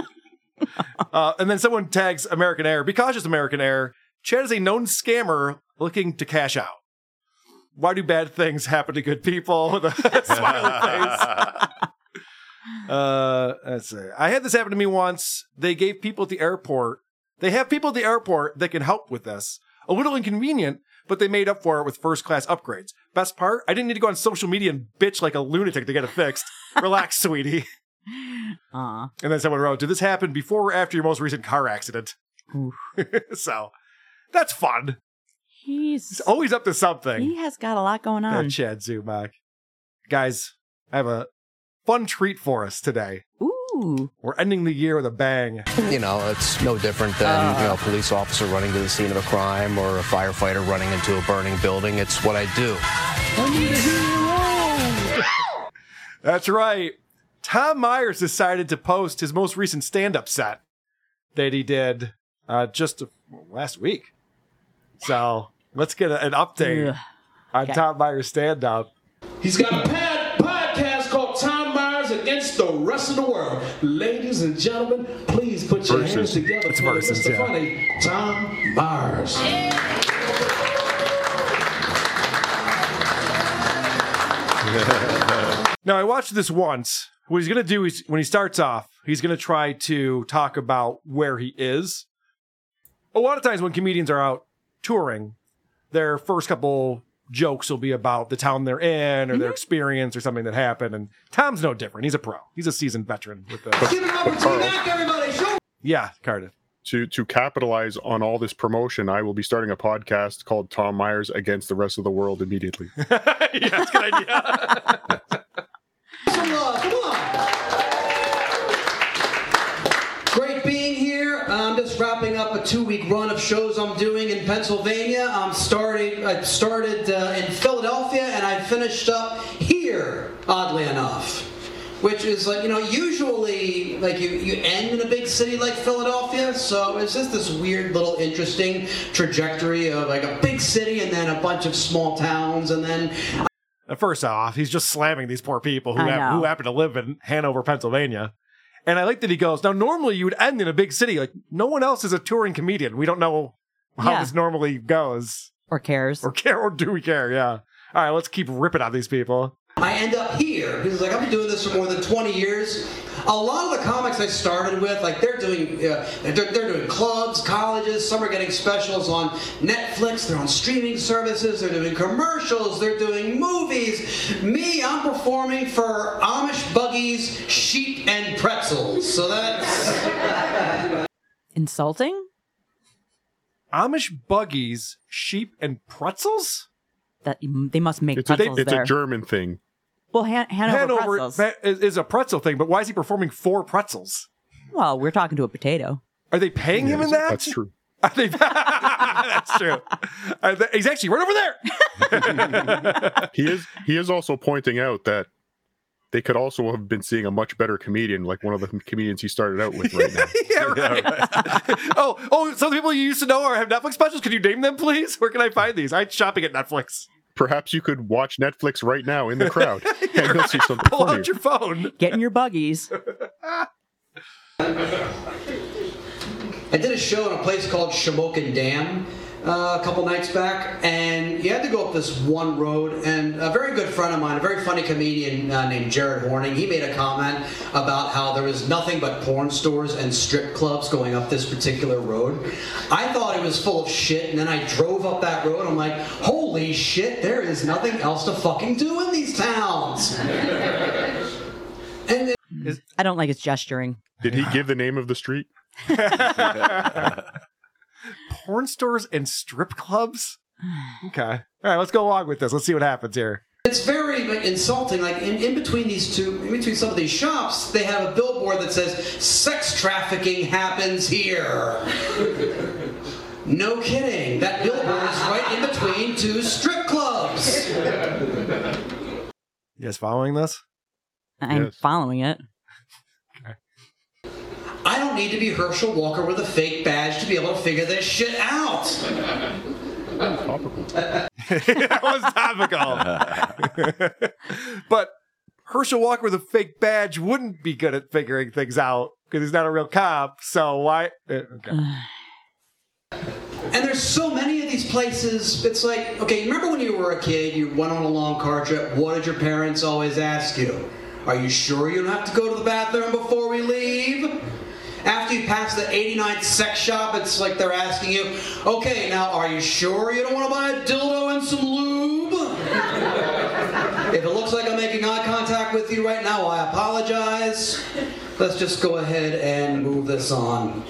uh, and then someone tags American Air. Be cautious, American Air. Chad is a known scammer looking to cash out. Why do bad things happen to good people? With a smiley face. Uh, let's see. I had this happen to me once. They gave people at the airport. They have people at the airport that can help with this. A little inconvenient, but they made up for it with first class upgrades. Best part, I didn't need to go on social media and bitch like a lunatic to get it fixed. Relax, sweetie. Aw. And then someone wrote, "Did this happen before or after your most recent car accident?" so that's fun. He's It's always up to something. he has got a lot going Uh, on. Chad Zumach. Guys, I have a fun treat for us today. Ooh. We're ending the year with a bang. You know, it's no different than you know, a police officer running to the scene of a crime or a firefighter running into a burning building. It's what I do. That's right. Tom Myers decided to post his most recent stand up set that he did uh, just last week. So let's get a- an update Ugh. on Okay. Tom Myers stand up. He's got a pad- podcast called Tom Myers Against the Rest of the World. Ladies and gentlemen, please put your hands Versus. together It's for versus, Mr. yeah. Funny, Tom Myers. Now, I watched this once. What he's going to do is when he starts off, he's going to try to talk about where he is. A lot of times when comedians are out touring, their first couple jokes will be about the town they're in or their experience or something that happened. And Tom's no different. He's a pro. He's a seasoned veteran with the. Yeah, Cardiff. To to capitalize on all this promotion, I will be starting a podcast called Tom Myers Against the Rest of the World immediately. Some love. Come on. Great being here. I'm just wrapping up a two-week run of shows I'm doing in Pennsylvania. I'm starting. I started uh, in Philadelphia and I finished up here. Oddly enough. Which is like you know usually like you, you end in a big city like Philadelphia, so it's just this weird little interesting trajectory of like a big city and then a bunch of small towns and then Uh, First off, he's just slamming these poor people who I hap- know. who happen to live in Hanover, Pennsylvania. And I like that he goes. Now, normally you would end in a big city. Like no one else is a touring comedian. We don't know how Yeah. this normally goes, or cares, or care, or do we care? Yeah. All right, let's keep ripping on these people. I end up here. He's like, I've been doing this for more than 20 years. A lot of the comics I started with, like they're doing, uh, they're, they're doing clubs, colleges. Some are getting specials on Netflix. They're on streaming services. They're doing commercials. They're doing movies. Me, I'm performing for Amish buggies, sheep, and pretzels. So that's. Insulting? Amish buggies, sheep, and pretzels. That mm, they must make It's, a, pretzels it's there. a German thing. well, Han- Hanover, pretzels. Hanover is, is a pretzel thing, but why is he performing for pretzels? Well, we're talking to a potato. Are they paying him in that? That's true. Are they, that's true. Are they- he's actually right over there. he is he is also pointing out that they could also have been seeing a much better comedian, like one of the comedians he started out with right now. yeah, right. oh, oh, so the people you used to know are have Netflix specials. Could you name them, please? Where can I find these? I'm shopping at Netflix. Perhaps you could watch Netflix right now in the crowd, and you'll see something Pull funnier. out your phone. Get in your buggies. I did a show in a place called Shamokin Dam uh, a couple nights back, and you had to go up this one road. And a very good friend of mine, a very funny comedian uh, named Jared Horning, he made a comment about how there was nothing but porn stores and strip clubs going up this particular road. I thought it was full of shit, and then I drove up that road. I'm like, holy shit, there is nothing else to fucking do in these towns. and I don't like his gesturing. Did he give the name of the street? Porn stores and strip clubs. Okay. All right, let's go along with this. Let's see what happens here. It's very like, insulting. Like in, in between these two, in between some of these shops, they have a billboard that says "Sex trafficking happens here." no kidding. That billboard is right in between two strip clubs. You guys following this? I'm Yes. following it. I don't need to be Herschel Walker with a fake badge to be able to figure this shit out. that was topical. but Herschel Walker with a fake badge wouldn't be good at figuring things out because he's not a real cop. So why? uh, okay. And there's so many of these places. It's like, okay, you remember when you were a kid, you went on a long car trip. What did your parents always ask you? Are you sure you don't have to go to the bathroom before we leave? After you pass the 89th sex shop, it's like they're asking you, okay, now are you sure you don't want to buy a dildo and some lube? if it looks like I'm making eye contact with you right now, I apologize. Let's just go ahead and move this on.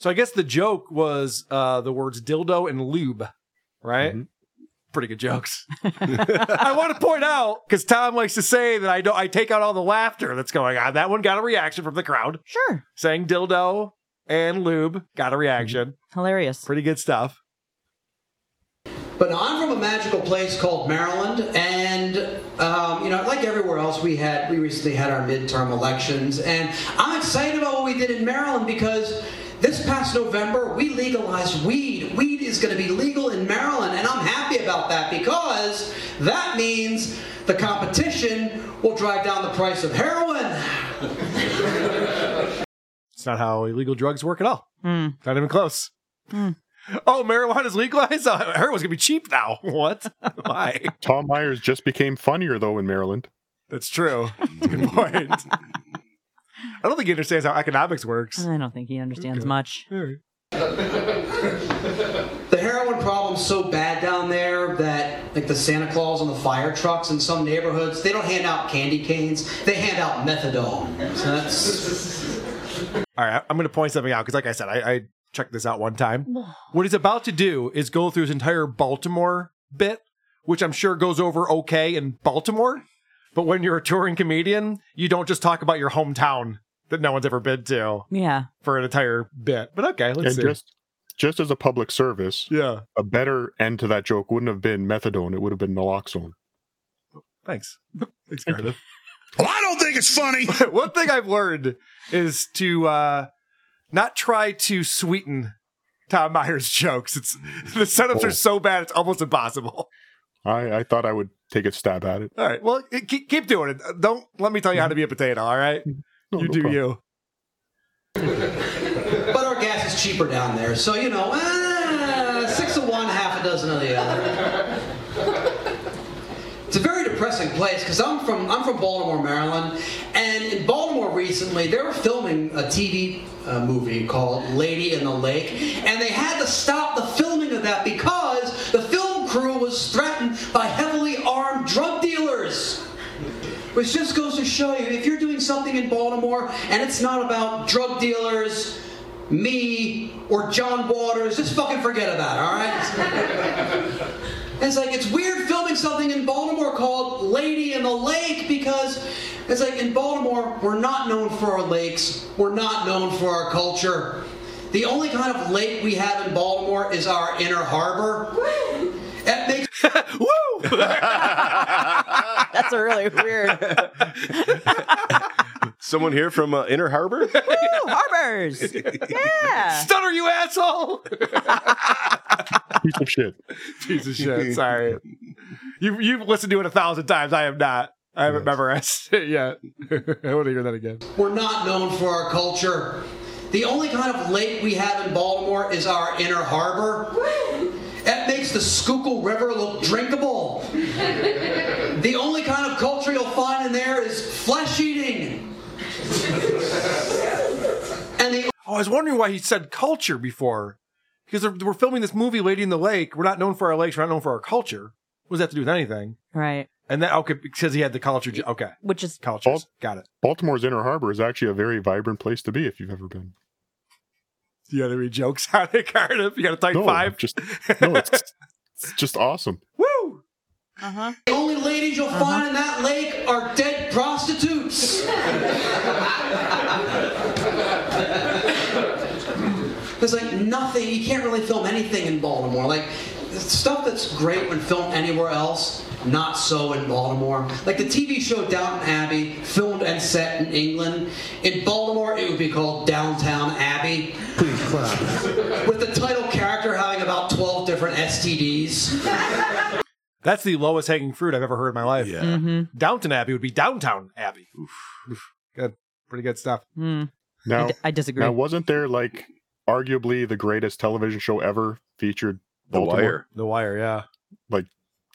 So I guess the joke was uh, the words dildo and lube, right? Mm-hmm. Pretty good jokes. I want to point out because Tom likes to say that I don't. I take out all the laughter that's going on. That one got a reaction from the crowd. Sure. Saying dildo and lube got a reaction. Mm-hmm. Hilarious. Pretty good stuff. But no, I'm from a magical place called Maryland, and um, you know, like everywhere else, we had we recently had our midterm elections, and I'm excited about what we did in Maryland because this past November we legalized weed. Weed is going to be legal in Maryland, and I'm happy about that because that means the competition will drive down the price of heroin. It's not how illegal drugs work at all. Mm. Not even close. Mm. Oh, marijuana's legalized. Uh, heroin's gonna be cheap now. What? Why? Tom Myers just became funnier though in Maryland. That's true. Good point. I don't think he understands how economics works. I don't think he understands much. The heroin problem's so bad down there that, like the Santa Claus on the fire trucks in some neighborhoods, they don't hand out candy canes; they hand out methadone. So that's All right, I'm going to point something out because, like I said, I, I checked this out one time. What he's about to do is go through his entire Baltimore bit, which I'm sure goes over okay in Baltimore. But when you're a touring comedian, you don't just talk about your hometown that no one's ever been to Yeah. for an entire bit. But okay, let's and see. just just as a public service, yeah, a better end to that joke wouldn't have been methadone; it would have been naloxone. Thanks. Thanks, Cardiff. well, I don't think it's funny. One thing I've learned is to uh, not try to sweeten Tom Meyer's jokes. It's the setups Oh. are so bad it's almost impossible. I, I thought I would take a stab at it. All right. Well, eh, keep, keep doing it. Uh, Don't let me tell you how to be a potato. All right. you do you. but our gas is cheaper down there, so you know, eh, six of one, half a dozen of the other. It's a very depressing place because I'm from I'm from Baltimore, Maryland, and in Baltimore recently they were filming a TV uh, movie called Lady in the Lake, and they had to stop the filming of that because the film crew was threatened by heavily armed drug dealers. Which just goes to show you if you're doing something in Baltimore and it's not about drug dealers, me, or John Waters, just fucking forget about it, all right? it's like, it's weird filming something in Baltimore called Lady in the Lake because it's like in Baltimore, we're not known for our lakes, we're not known for our culture. The only kind of lake we have in Baltimore is our inner harbor. That makes. That's a really weird. Someone here from uh, Inner Harbor? harbors. Yeah. Stunner, you asshole. Piece of shit. Piece of shit. Sorry. You you've listened to it a thousand times. I have not. I haven't memorized it yet. I want to hear that again. We're not known for our culture. The only kind of lake we have in Baltimore is our inner harbor. That makes the Schuylkill River look drinkable. The only kind of culture you'll find in there is flesh eating. And the Oh, I was wondering why he said culture before. Because they're- we're filming this movie, Lady in the Lake. We're not known for our lakes. We're not known for our culture. What does that have to do with anything? Right. And that, okay, because he had the culture. j- Okay. Which is cultures. Got it. Baltimore's Inner Harbor is actually a very vibrant place to be if you've ever been. You got any jokes out of Cardiff? You got a type No, five? I'm just no, it's, it's just awesome. Uh-huh. The only ladies you'll find in that lake are dead prostitutes. There's like nothing, you can't really film anything in Baltimore. Like, stuff that's great when filmed anywhere else, not so in Baltimore. Like the TV show Downton Abbey, filmed and set in England. In Baltimore, it would be called Downtown Abbey. Please clap. With the title character having about 12 different STDs. That's the lowest hanging fruit I've ever heard in my life. Yeah. Downton Abbey would be Downtown Abbey. Oof. Good. Pretty good stuff. Now I disagree. Now wasn't there like arguably the greatest television show ever featured Baltimore? The Wire, yeah. Like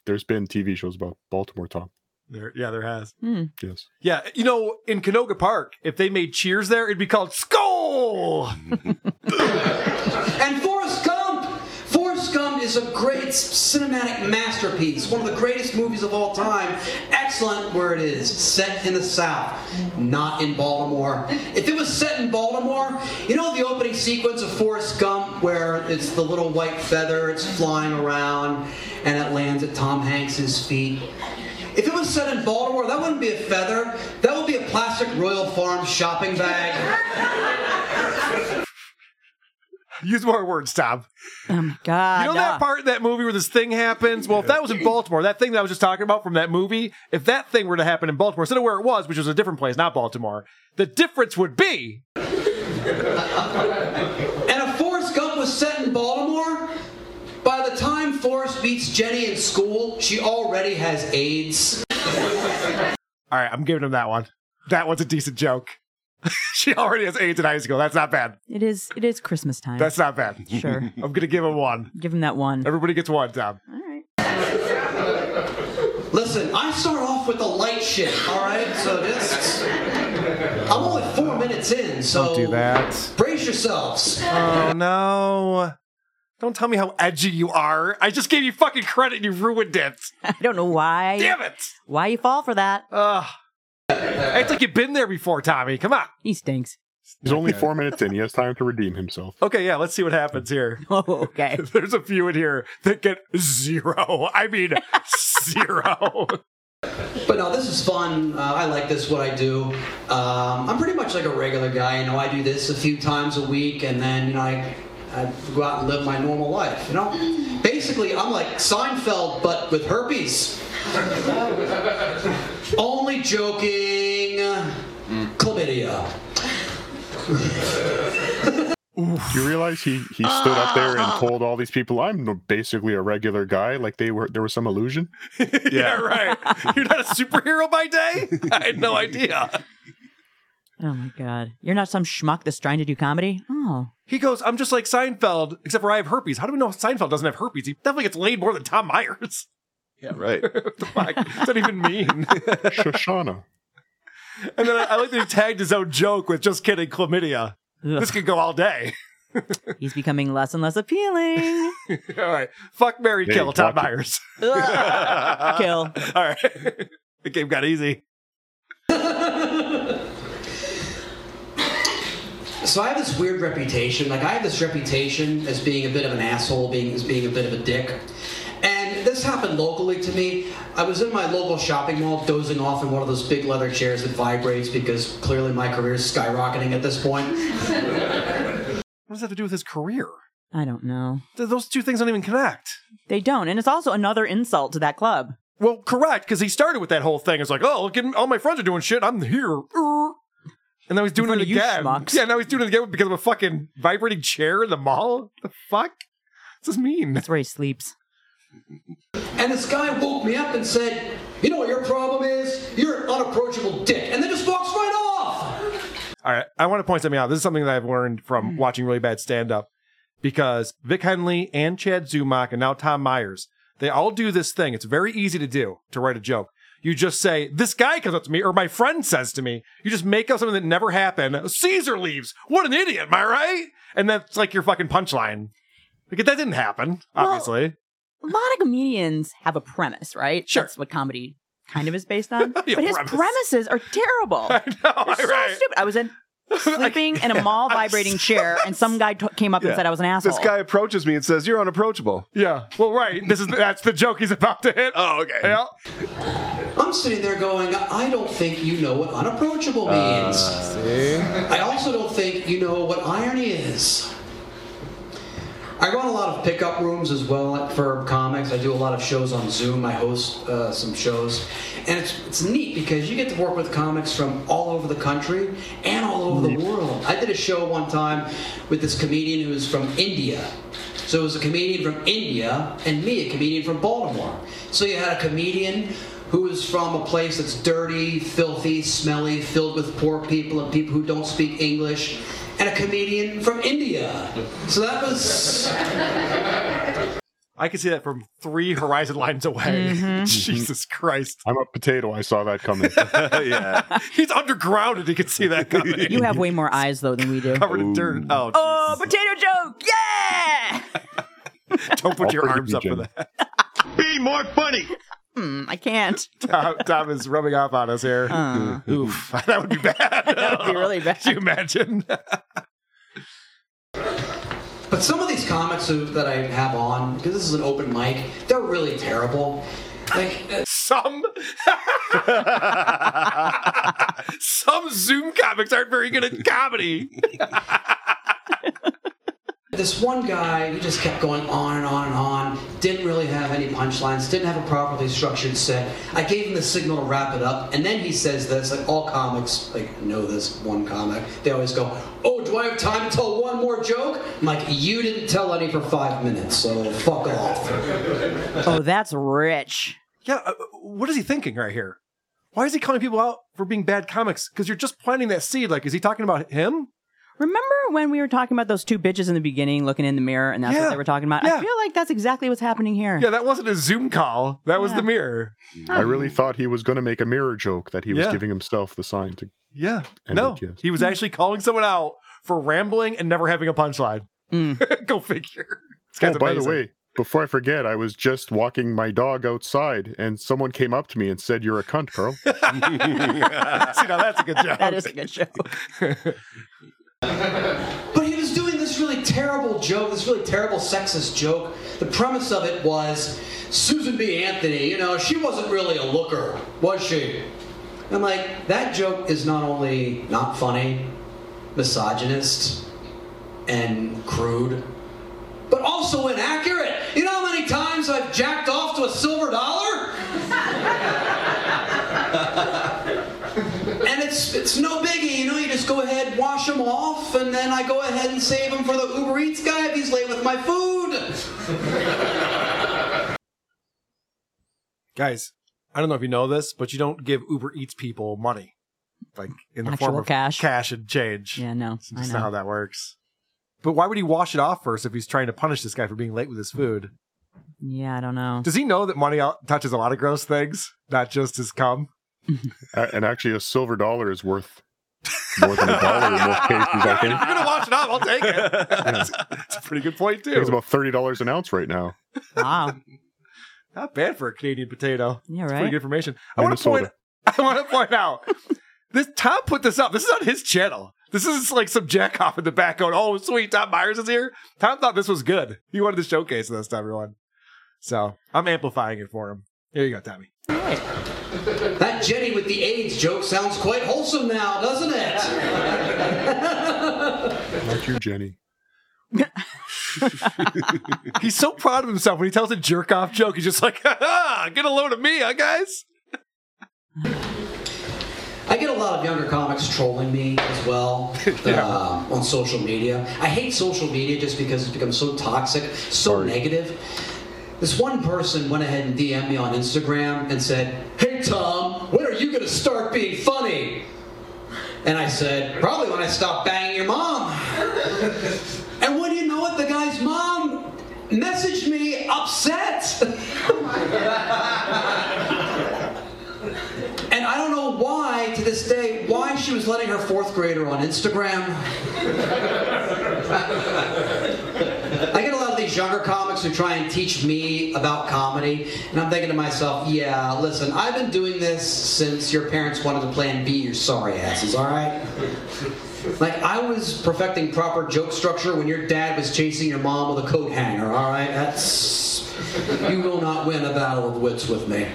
there's been TV shows about Baltimore, Tom. There, yeah, there has. Yes. Yeah, you know, in Canoga Park, if they made Cheers there, it'd be called Skull. And Forrest Gump! Forrest Gump is a great cinematic masterpiece, one of the greatest movies of all time. Excellent where it is, set in the South, not in Baltimore. If it was set in Baltimore, you know the opening sequence of Forrest Gump where it's the little white feather, it's flying around, and it lands at Tom Hanks's feet. If it was set in Baltimore, that wouldn't be a feather. That would be a plastic Royal Farm shopping bag. Use more words, Tom. Oh my god. you know that part in that movie where this thing happens? Well, if that was in Baltimore, that thing that I was just talking about from that movie, if that thing were to happen in Baltimore, instead of where it was, which was a different place, not Baltimore, the difference would be And if Forrest Gump was set in Baltimore, by the time Forrest meets Jenny in school, she already has AIDS. All right, I'm giving him that one. That one's a decent joke. she already has AIDS in high school. That's not bad. It is it is Christmas time. That's not bad. Sure. I'm gonna give him one. Give him that one. Everybody gets one, Tom. Listen, I start off with the light shit, all right? So just I'm only four minutes in, so Don't do that. brace yourselves. Oh no. Don't tell me how edgy you are. I just gave you fucking credit and you ruined it. I don't know why. Damn it. Why you fall for that? Ugh. It's like you've been there before, Tommy. Come on. He stinks. He's only four minutes in. He has time to redeem himself. Okay, yeah, let's see what happens here. Oh, okay. There's a few in here that get zero. I mean, zero. But no, this is fun. Uh, I like this, what I do. Um, I'm pretty much like a regular guy. You know, I do this a few times a week, and then, you know, I, I go out and live my normal life. You know, basically, I'm like Seinfeld, but with herpes. Only joking. Chlamydia. Do you realize he he stood up there and told all these people, "I'm basically a regular guy." Like they were, there was some illusion. yeah, right. You're not a superhero by day? I had no idea. Oh my god. You're not some schmuck that's trying to do comedy? Oh. He goes, I'm just like Seinfeld, except for I have herpes. How do we know Seinfeld doesn't have herpes? He definitely gets laid more than Tom Myers. Yeah, right. what the fuck? What's that even mean? Shoshana. And then I, I like that he tagged his own joke with just kidding, chlamydia. This could go all day. He's becoming less and less appealing. all right. Fuck Mary Hey, Kill, Tom watch it. Myers. Ugh. Kill. All right. The game got easy. So I have this weird reputation. Like I have this reputation as being a bit of an asshole, being as being a bit of a dick. And this happened locally to me. I was in my local shopping mall dozing off in one of those big leather chairs that vibrates because clearly my career is skyrocketing at this point. What does that have to do with his career? I don't know. Th- Those two things don't even connect. They don't. And it's also another insult to that club. Well, correct, because he started with that whole thing. It's like, oh, look, at- all my friends are doing shit. I'm here. Er. And now he's doing it front of you again. schmucks. Yeah, now he's doing it again because of a fucking vibrating chair in the mall. The fuck? What's this mean? That's where he sleeps. And this guy woke me up and said, "You know what your problem is? You're an unapproachable dick." And then just walks right off. All right, I want to point something out. This is something that I've learned from Mm. watching really bad stand up because Vic Henley and Chad Zumach and now Tom Myers, they all do this thing. It's very easy to do to write a joke. You just say, This guy comes up to me, or my friend says to me, you just make up something that never happened. Caesar leaves. What an idiot, am I right? And that's like your fucking punchline. Like, that didn't happen, obviously. A lot of comedians have a premise, right? Sure. That's what comedy kind of is based on. but his premise. premises are terrible. I know, They're so stupid. I was in sleeping in a mall vibrating chair, and some guy t- came up and Yeah. said I was an asshole. This guy approaches me and says, "You're unapproachable." Yeah. Well, right. This is that's the joke he's about to hit. Oh, okay. Yeah. I'm sitting there going, I don't think you know what unapproachable Uh, means. I also don't think you know what irony is. I run a lot of pickup rooms as well at- for comics. I do a lot of shows on Zoom. I host uh, some shows, and it's it's neat because you get to work with comics from all over the country and all over the world. I did a show one time with this comedian who was from India. So it was a comedian from India and me, a comedian from Baltimore. So you had a comedian who is from a place that's dirty, filthy, smelly, filled with poor people and people who don't speak English, and a comedian from India. So that was. I could see that from three horizon lines away. Mm-hmm. Jesus Christ. I'm a potato. I saw that coming. yeah. He's underground and he could see that coming. You have way more eyes though than we do. covered in dirt. Oh, Oh, potato joke! Yeah. don't put All your for the arms up for region. that. Be more funny. Hmm, I can't. Tom, Tom is rubbing off on us here. Uh. Oof, that would be bad. that would be really bad. Can you imagine? But some of these comics who, that I have on, because this is an open mic, they're really terrible. Like uh, some. Some Zoom comics aren't very good at comedy. This one guy, he just kept going on and on and on, didn't really have any punchlines, didn't have a properly structured set. I gave him the signal to wrap it up, and then he says this, like all comics, like know this one comic, they always go, Oh, do I have time to tell one more joke? I'm like, you didn't tell any for five minutes, so fuck off. Oh, that's rich. Yeah, uh, what is he thinking right here? Why is he calling people out for being bad comics? Because you're just planting that seed. Like, is he talking about him? Remember when we were talking about those two bitches in the beginning looking in the mirror and that's Yeah. what they were talking about? Yeah. I feel like that's exactly what's happening here. Yeah, that wasn't a Zoom call. That was Yeah. the mirror. I really thought he was going to make a mirror joke that he was Yeah. giving himself the sign to. Yeah. And no, it just- he was actually calling someone out for rambling and never having a punchline. Mm. Go figure. This guy's oh, by the amazing. way, before I forget, I was just walking my dog outside, and someone came up to me and said, "You're a cunt, Carl." See, now that's a good joke. That is a good joke. But he was doing this really terrible joke, this really terrible sexist joke. The premise of it was Susan B. Anthony, you know, she wasn't really a looker, was she? And I'm like, that joke is not only not funny, misogynist, and crude, but also inaccurate. You know how many times I've jacked off to a silver dollar? and it's it's no biggie, you know. You just go ahead, wash them off, and then I go ahead and save them for the Uber Eats guy if he's late with my food. guys, I don't know if you know this, but you don't give Uber Eats people money, like in the form Actual of cash, cash and change. Yeah, no, that's not how that works. But why would he wash it off first if he's trying to punish this guy for being late with his food? Yeah, I don't know. Does he know that money out- touches a lot of gross things, not just his cum? A- and actually, a silver dollar is worth more than a dollar in most cases. I If you're think. gonna wash it off, I'll take it. Yeah. It's a pretty good I point think too. It's about thirty dollars an ounce right now. Wow. Not bad for a Canadian potato. Yeah, It's right? pretty good information. I want to Minnesota. point. I want to point out. This Tom put this up. This is on his channel. This is like some jackoff in the back going, "Oh, sweet, Tom Myers is here." Tom thought this was good. He wanted to showcase this to everyone. So I'm amplifying it for him. Here you go, Tommy. that Jenny with the AIDS joke sounds quite wholesome now, doesn't it? Not you, Jenny. He's so proud of himself when he tells a jerk off joke. He's just like, "Ha ha, get a load of me, huh, guys?" I get a lot of younger comics trolling me as well uh, on social media. I hate social media just because it's become so toxic, so negative. This one person went ahead and DM'd me on Instagram and said, Hey Tom, when are you going to start being funny? And I said, Probably when I stop banging your mom. and what do you know what? The guy's mom messaged me upset. And I don't know why, to this day, why she was letting her fourth grader on Instagram. I get a lot of these younger comics who try and teach me about comedy, and I'm thinking to myself, yeah, listen, I've been doing this since your parents wanted to plan B, your sorry asses, all right? Like, I was perfecting proper joke structure when your dad was chasing your mom with a coat hanger, all right? That's. You will not win a battle of wits with me.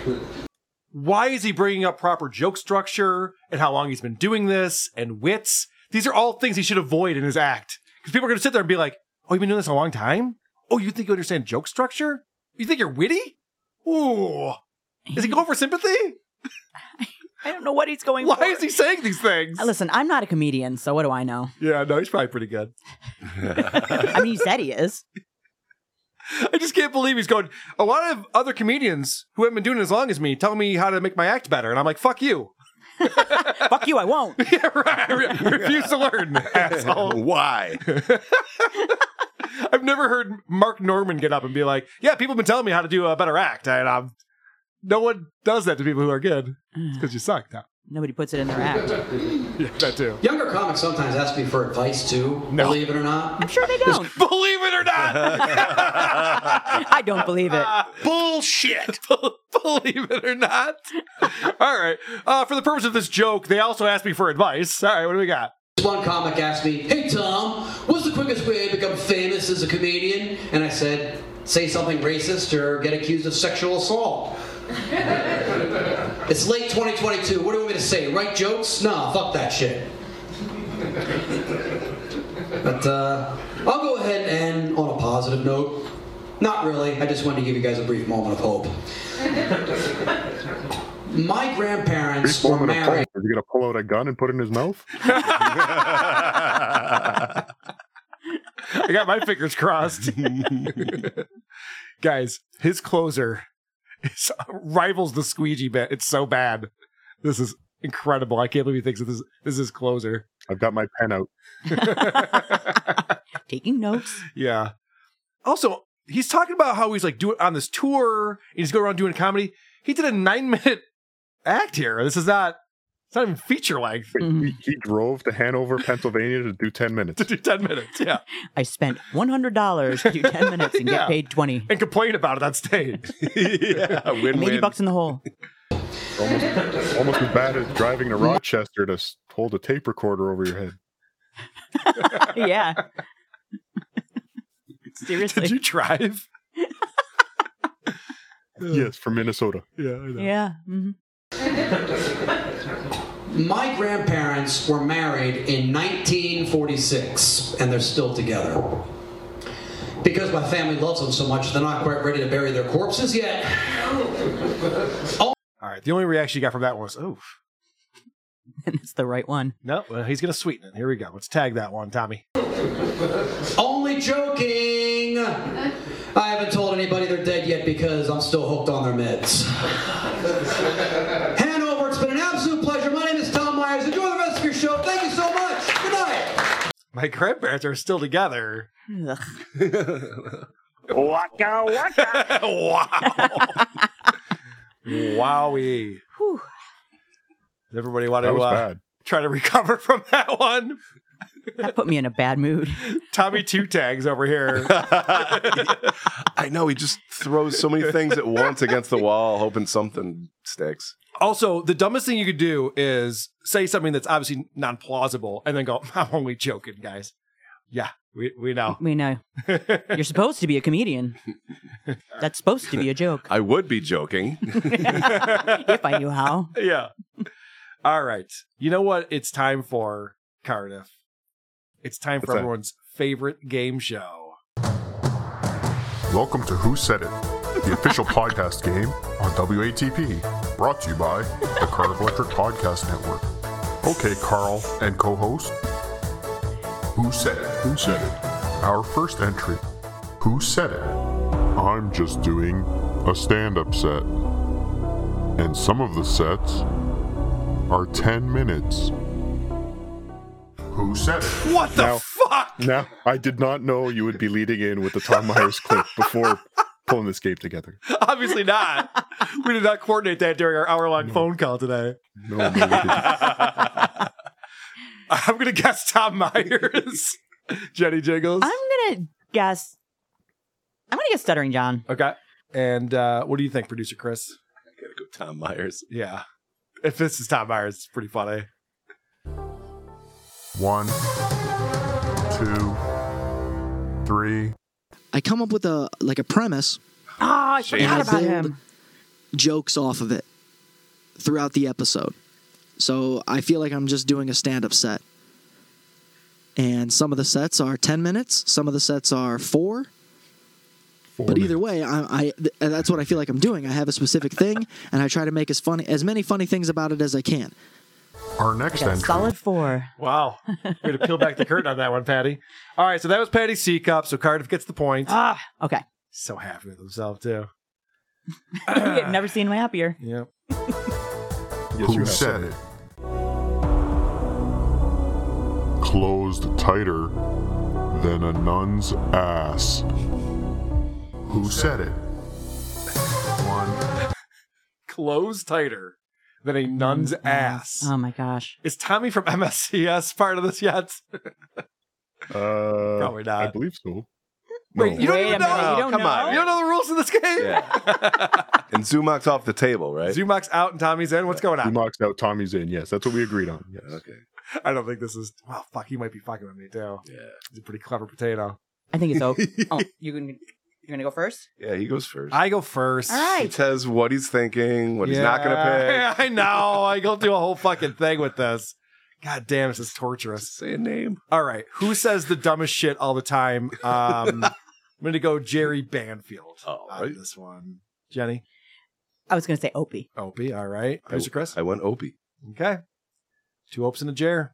why is he bringing up proper joke structure and how long he's been doing this and wits? These are all things he should avoid in his act because people are going to sit there and be like, "Oh, you've been doing this a long time. Oh, you think you understand joke structure? You think you're witty? Ooh, is he going for sympathy? I don't know what he's going Why for. is he saying these things? Uh, Listen, I'm not a comedian, so what do I know? Yeah, no, he's probably pretty good. I mean, he said he is. I just can't believe he's going. A lot of other comedians who haven't been doing it as long as me tell me how to make my act better, and I'm like, "Fuck you." Fuck you, I won't. yeah, right. I re- refuse to learn, asshole. Why? I've never heard Mark Norman get up and be like, "Yeah, people have been telling me how to do a better act," and I'm, no one does that to people who are good because you suck. Now. Mm. Nobody puts it in their act. Yeah, that too. Younger comics sometimes ask me for advice too, believe it or not. I'm sure they don't. believe it or not. I don't believe it. Bullshit. Believe it or not. All right. Uh, for the purpose of this joke, they also asked me for advice. All right, what do we got? This one comic asked me, Hey Tom, what's the quickest way to become famous as a comedian? And I said, Say something racist or get accused of sexual assault. it's late 2022. What do you want me to say? Write jokes? Nah, fuck that shit. But uh, I'll go ahead and, on a positive note, not really. I just wanted to give you guys a brief moment of hope. My grandparents Baseball were and a married. pole. Is he going to pull out a gun and put it in his mouth? I got my fingers crossed. Guys, his closer is, uh, rivals the squeegee bit. It's so bad. This is incredible. I can't believe he thinks that this, this is his closer. I've got my pen out. Taking notes. Yeah. Also, he's talking about how he's like doing on this tour and he's going around doing comedy. He did a nine minute act here. This is not it's not even feature length. Mm-hmm. He, he drove to Hanover, Pennsylvania to do 10 minutes. to do 10 minutes, yeah. I spent one hundred dollars to do ten minutes and Yeah. get paid twenty. And complain about it on stage. yeah, And eighty bucks in the hole. Almost, almost as bad as driving Mm. to Rochester to s- hold a tape recorder over your head. yeah. Seriously. Did you drive? yes, from Minnesota. Yeah, I know. Yeah. hmm My grandparents were married in 1946, and they're still together. Because my family loves them so much, they're not quite ready to bury their corpses yet. All right. The only reaction you got from that was, oh. And it's the right one. No, well, he's going to sweeten it. Here we go. Let's tag that one, Tommy. Only joking! I haven't told anybody they're dead yet because I'm still hooked on their meds. Hanover, it's been an absolute pleasure. My name is Tom Myers. Enjoy the rest of your show. Thank you so much. Good night. My grandparents are still together. Waka waka. wow. Wowie. Does everybody want That to was uh, bad. try to recover from that one? That put me in a bad mood. Tommy Two Tags over here. I know he just throws so many things at once against the wall, hoping something sticks. Also, the dumbest thing you could do is say something that's obviously non plausible and then go, I'm only joking, guys. Yeah, we, we know. We know. You're supposed to be a comedian. That's supposed to be a joke. I would be joking. if I knew how. yeah. All right. You know what? It's time for Cardiff. It's time for What's that? everyone's favorite game show. Welcome to Who Said It, the official podcast game on WATP, brought to you by the Carl Electric Podcast Network. Okay, Carl and co host, Who Said It? Who Said It? Our first entry Who Said It? I'm just doing a stand up set. And some of the sets are 10 minutes. Who said it? What the fuck? Now, I did not know you would be leading in with the Tom Myers clip before pulling this game together. Obviously not. we did not coordinate that during our hour long phone call today. No, no, we I'm going to guess Tom Myers, Jenny Jiggles. I'm gonna guess. I'm gonna guess Stuttering John. Okay. And uh, what do you think, producer Chris? Tom Myers. Yeah. If this is Tom Myers, it's pretty funny. One, two, three. I come up with a like a premise. Ah, I forgot and I about build him. Jokes off of it throughout the episode. So I feel like I'm just doing a stand-up set. And some of the sets are 10 minutes, some of the sets are 4. but either way, I, I th- uh, that's what I feel like I'm doing. I have a specific thing and I try to make as funny as many funny things about it as I can. Our next I got a solid four. Wow. We're going to peel back the curtain on that one, Patty. All right. So that was Patty's C cup. So Cardiff gets the point. Ah, okay. So happy with himself, too. I've never seen him happier. Yep. Who said it? Closed tighter than a nun's ass. Who said it? One. Close tighter than a nun's ass. Oh my gosh. Is Tommy from MSCS part of this yet? Uh, Probably not. I believe so. Wait, you don't Wait even a know? minute, you don't Come on. know? You don't know the rules in this game? And Zumok's off the table, right? Zumok's out and Tommy's in. What's going He on? knocks out Tommy's in. Yes, that's what we agreed on. Yes. Okay. I don't think this is. Well, fuck, he might be fucking with me, too. Yeah. He's a pretty clever potato. I think it's over. oh, you gonna you're gonna go first? Yeah, he goes first. I go first. All He right. says what he's thinking, what he's not going to Yeah, I know. I go through a whole fucking thing with this. God damn, this is torturous. pick. Say a name. All right. Who says the dumbest shit all the time? Um, I'm going to go Jerry Banfield All on Oh, right. this one. Jenny, I was gonna say Opie. Opie. All right. I- Producer Chris. I went Opie. Okay. Two opes in a jar.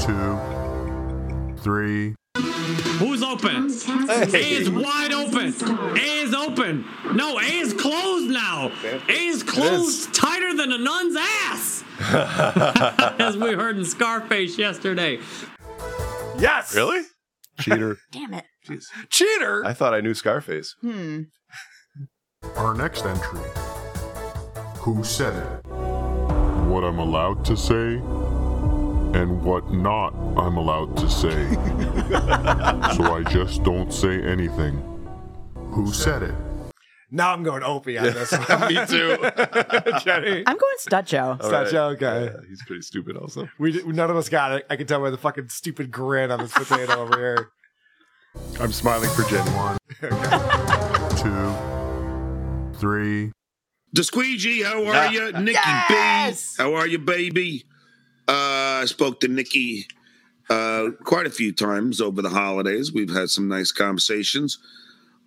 Two. Three. Who's open? Hey. A is wide open. A is open. No, A is closed now. A is closed tighter than a nun's ass, as we heard in Scarface yesterday. Yes. Really? Cheater. Damn it. Cheater. I thought I knew Scarface. Hmm. Our next entry Who said it? What I'm allowed to say and what not I'm allowed to say. so I just don't say anything. Who said it? Now I'm going Opie on this one. Me too. Jenny. I'm going Stucho. All right. Stucho, okay. Yeah, he's pretty stupid, also. We d- none of us got it. I can tell by the fucking stupid grin on this potato over here. I'm smiling for Gen 1. Two, three. The squeegee, how are Nah. you? Nikki B, how are you, baby? Uh, I spoke to Nikki uh, quite a few times over the holidays. We've had some nice conversations,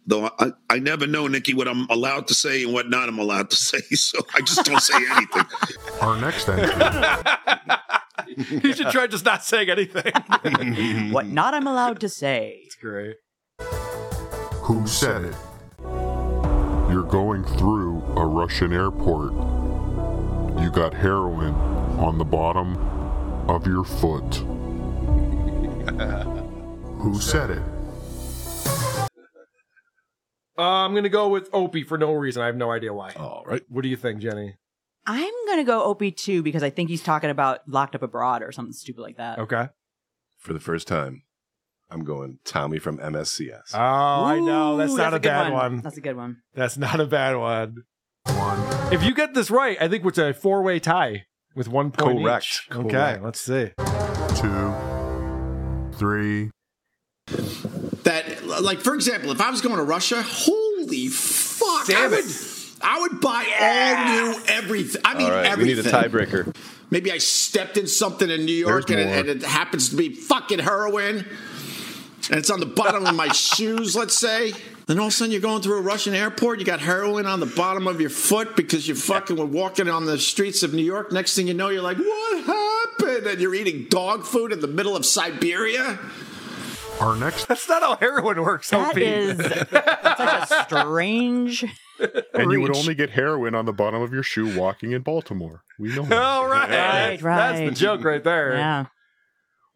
though I, I never know, Nikki, what I'm allowed to say and what not I'm allowed to say. So I just don't say anything. Our next entry. you should try just not saying anything. what not I'm allowed to say. It's great. Who said it? You're going through a Russian airport. You got heroin on the bottom of your foot. Who said it? Uh, I'm gonna go with Opie for no reason. I have no idea why. All right. What do you think, Jenny? I'm gonna go Opie two because I think he's talking about locked up abroad or something stupid like that. Okay. For the first time, I'm going Tommy from MSCS. Oh, I know. That's Ooh, not a, good bad one. That's a good one. That's not a bad one. If you get this right, I think it's a four-way tie with one point Correct. each. Okay, Correct. let's see. Two, three. that like for example if i was going to russia holy fuck I, would, I would buy all new everything i mean All right, we need everything a tiebreaker. maybe i stepped in something in new york and There's it, and it happens to be fucking heroin and it's on the bottom of my shoes let's say then all of a sudden you're going through a russian airport you got heroin on the bottom of your foot because you fucking were walking on the streets of new york next thing you know you're like what happened and you're eating dog food in the middle of siberia Our next. That's not how heroin works. That is such a strange. And you would reach. only get heroin on the bottom of your shoe walking in Baltimore. We know. All Right, right. That's the right. joke right there. Yeah.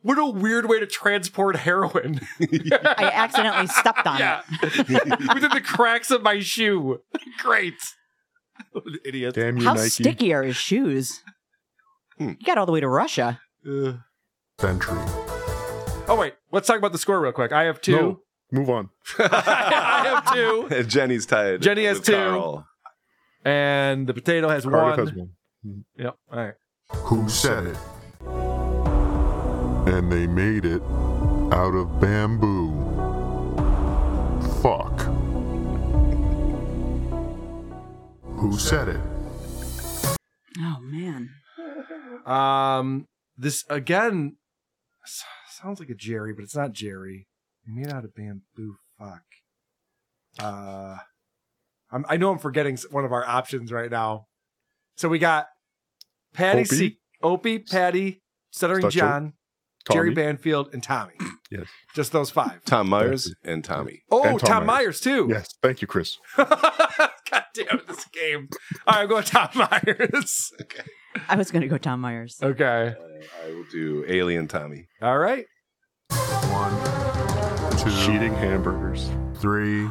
What a weird way to transport heroin. I accidentally stepped on it. Within the cracks of my shoe. Great. Idiot. Damn How sticky are his shoes? Hmm. He got all the way to Russia. Uh. Entry. Oh wait, let's talk about the score real quick. I have two. No, move on. I have two, Jenny's tied. Jenny has with two. Carl. and the potato has Cardiff one. has one. Yep. All right. Who said it? And they made it out of bamboo. Fuck. Who said it? Oh man. Um, this again s- sounds like a Jerry, but it's not Jerry. Made out of bamboo. Fuck. Uh, I'm, I know I'm forgetting s- one of our options right now. So we got Patty Opie. C, Opie, Patty, Stuttering Stucho. John, Jerry Tommy. Banfield, and Tommy. Yes. Just those five. Tom Myers and Tommy. Oh, Tom Myers too. Yes. Thank you, Chris. God damn this game. All right, I'm going Tom Myers. Okay. I was gonna go Tom Myers. Okay. I will do Alien Tommy. All right. Cheating hamburgers. Three.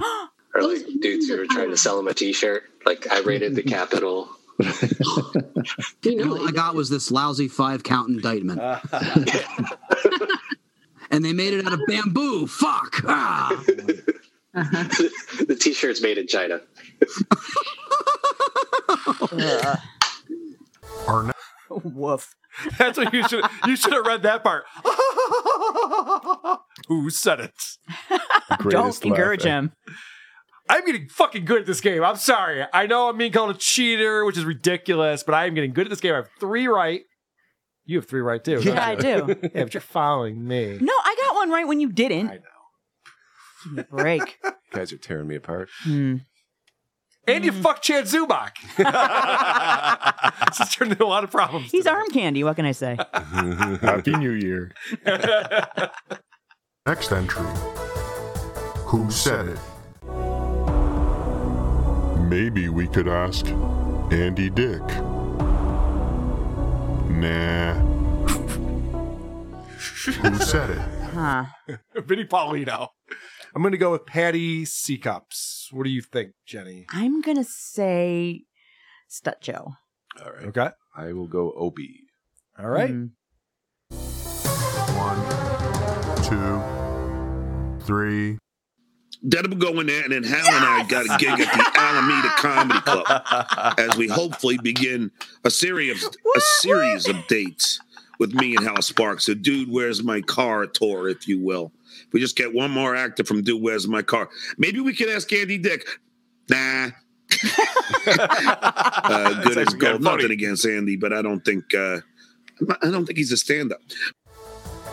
or like dudes who were trying to sell him a T-shirt. Like I raided the Capitol. You know, all I got was this lousy five count indictment. and they made it out of bamboo. Fuck. Ah. the T-shirt's made in China. Our next. Woof. That's what you should you should have read that part. Who said it? Don't encourage him. I'm getting fucking good at this game. I'm sorry. I know I'm being called a cheater, which is ridiculous, but I am getting good at this game. I have three right. You have three right too. Yeah, don't you? I do. yeah, but you're following me. No, I got one right when you didn't. I know. Give me a break. Hmm. You guys are tearing me apart. And you fucked Chad Zubak. this has turned into a lot of problems. He's arm candy. What can I say? Happy New Year. Next entry Who said it? Maybe we could ask Andy Dick. Nah. Who said it? Huh. Vinnie Paulino. I'm going to go with Patty Seacups. What do you think, Jenny? I'm gonna say Stutcho. All right. Okay. I will go Opie. All right. Hmm. One, two, three. That'll go in there, and then Hal and I got a gig at the Alameda Comedy Club as we hopefully begin a series of a series of dates with me and Hal Sparks. A dude, where's my car tour, if you will. If we just get one more actor from Dude, where's my car? Maybe we could ask Andy Dick. Nah. uh, good as gold. Nothing against Andy, but I don't think uh, I'm not- I don't think he's a stand-up.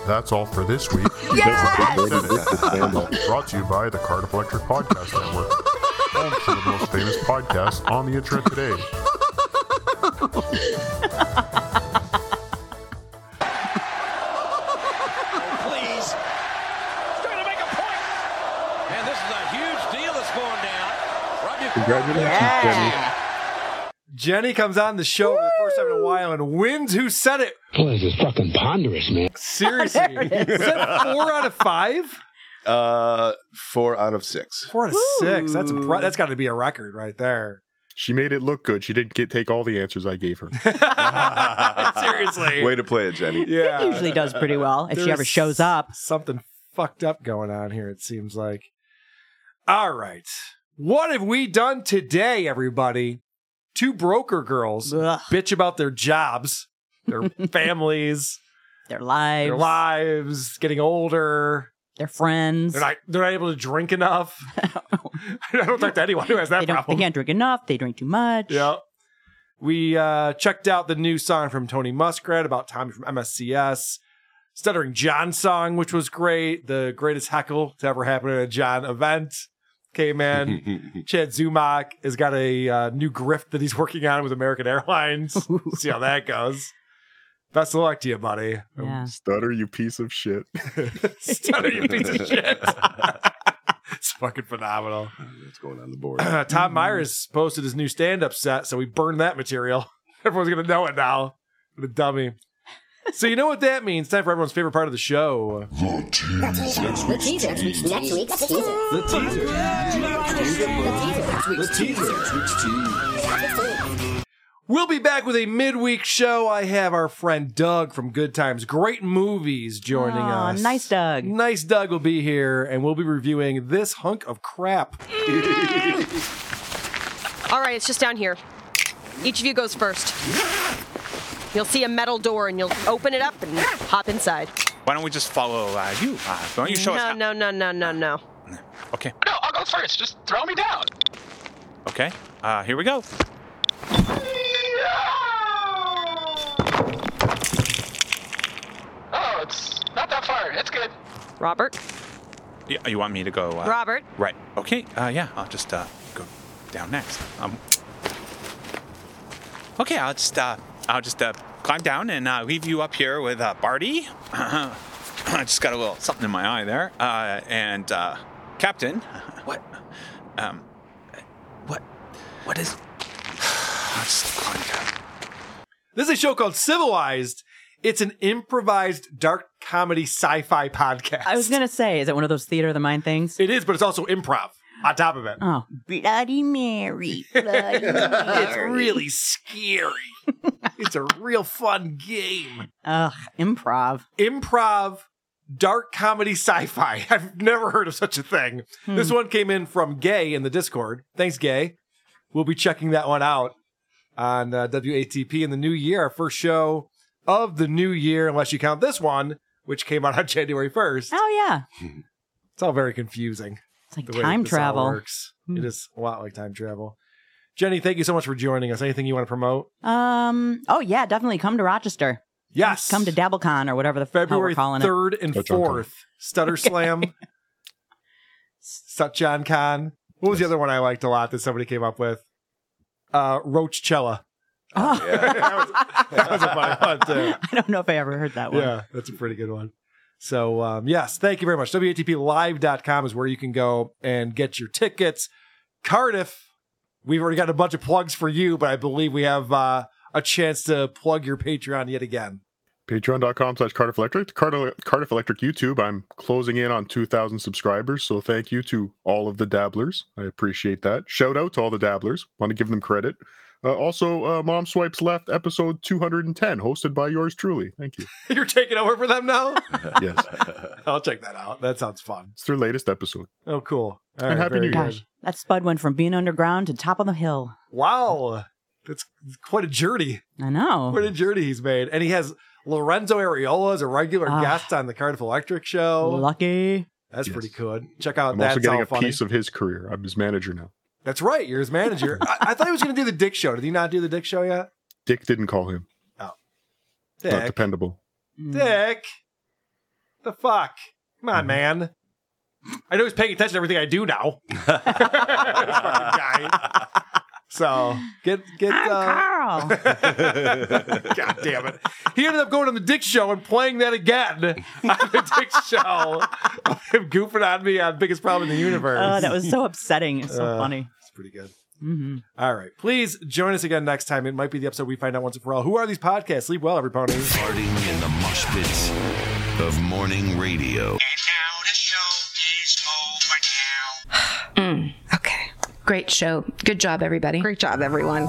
That's all for this week. Yes! This is Who Said It? Brought to you by the Cardiff Electric Podcast Network. Home for the most famous podcasts on the internet today. please. Trying to make a point. And this is a huge deal that's going down. Roger Congratulations, Jenny comes on the show for the first time in a while and wins Who Said It. Well, this is fucking ponderous, man. Seriously. There it is. Is that four out of five? Uh, four out of six. Four out of six. That's impre- that's got to be a record right there. She made it look good. She didn't get take all the answers I gave her. Seriously. Way to play it, Jenny. Yeah. It usually does pretty well if she ever There's shows up. Something fucked up going on here, it seems like. All right. What have we done today, everybody? Two broker girls bitch about their jobs, their families, their lives, their lives, getting older, their friends. They're not, they're not able to drink enough. I don't talk to anyone who has that they don't, problem. They can't drink enough. They drink too much. Yeah. We uh, checked out the new song from Tony Muskrat about Tommy from MSCS, Stuttering John song, which was great. The greatest heckle to ever happen at a John event came in. Chad Zumach has got a uh, new grift that he's working on with American Airlines. See how that goes. Best of luck to you, buddy. Stutter, you piece of shit. Stutter, you piece of shit. it's fucking phenomenal. What's going on the board? Mm-hmm. Tom Myers posted his new stand-up set, so we burned that material. Everyone's gonna know it now. The dummy. so you know what that means? Time for everyone's favorite part of the show. Next week's teaser. Next week's teaser. The teaser. The teaser. We'll be back with a midweek show. I have our friend Doug from Good Times Great Movies joining Aw, us. nice Doug. Nice Doug will be here, and we'll be reviewing this hunk of crap. All right, it's just down here. Each of you goes first. You'll see a metal door, and you'll open it up and hop inside. Why don't we just follow uh, you? Uh, why don't you show no, us? how- no, no, no, no, no. Okay. No, I'll go first. Just throw me down. Okay. Uh, here we go. Oh, it's not that far. It's good. Robert. You, you want me to go? Uh, Robert. Right. Okay. Uh, yeah. I'll just uh, go down next. Um. Okay. I'll just uh, I'll just uh, climb down and uh, leave you up here with uh, Barty. I just got a little something in my eye there. Uh, and uh, Captain. What? Um. What? What is? I'll just climb down. This is a show called Civilized. It's an improvised dark comedy sci-fi podcast. I was gonna say, is it one of those theater of the mind things? It is, but it's also improv on top of it. Oh, Bloody Mary. Bloody it's Mary. really scary. it's a real fun game. Ugh, improv. Improv, dark comedy sci fi. I've never heard of such a thing. Hmm. This one came in from Gay in the Discord. Thanks, Gay. We'll be checking that one out on uh, WATP in the new year, our first show of the new year, unless you count this one, which came out on January 1st. Oh, yeah. It's all very confusing. It's like time travel. Hmm. works. It is a lot like time travel. Jenny, thank you so much for joining us. Anything you want to promote? Um. Oh yeah, definitely come to Rochester. Yes. Come to DabbleCon or whatever the fuck February we're calling it. third and fourth. Stutter Slam. Sutjan Khan. What was the other one I liked a lot that somebody came up with? Uh Roachella. that, was, that was a funny one too. I don't know if I ever heard that one. Yeah, that's a pretty good one. So, um, yes, thank you very much. WATPLive.com is where you can go and get your tickets. Cardiff, we've already got a bunch of plugs for you, but I believe we have uh, a chance to plug your Patreon yet again. Patreon.com slash Cardiff Electric. The Cardi- Cardiff Electric YouTube. I'm closing in on 2,000 subscribers. So thank you to all of the dabblers. I appreciate that. Shout out to all the dabblers. Want to give them credit. Uh, also, uh, Mom Swipes Left, episode 210, hosted by yours truly. Thank you. You're taking over for them now? yes. I'll check that out. That sounds fun. It's their latest episode. Oh, cool. All And Happy very New good. Year. Gosh, that spud went from being underground to top of the hill. Wow. That's quite a journey. I know. What a journey he's made. And he has Lorenzo Areola as a regular Ah. guest on the Cardiff Electric show. Lucky. That's pretty good. Check out I'm that. also getting a piece of his career. I'm his manager now. That's right. You're his manager. I, I thought he was going to do the Dick Show. Did he not do the Dick Show yet? Dick didn't call him. Not Oh. Dick. dependable. Hmm. Dick. The fuck? Come Hmm. on, man. I know he's paying attention to everything I do now. This fucking guy. So get get uh, God damn it. He ended up going on the Dick Show and playing that again on the Dick Show. Him goofing on me on Biggest Problem in the Universe. Oh, that was so upsetting. It's so Uh, funny. It's pretty good. hmm All right. Please join us again next time. It might be the episode we find out once and for all. Who are these podcasts? Sleep well, everybody. Farting in the mosh pits of morning radio. Mm, okay. Great show. Good job, everybody. Great job, everyone.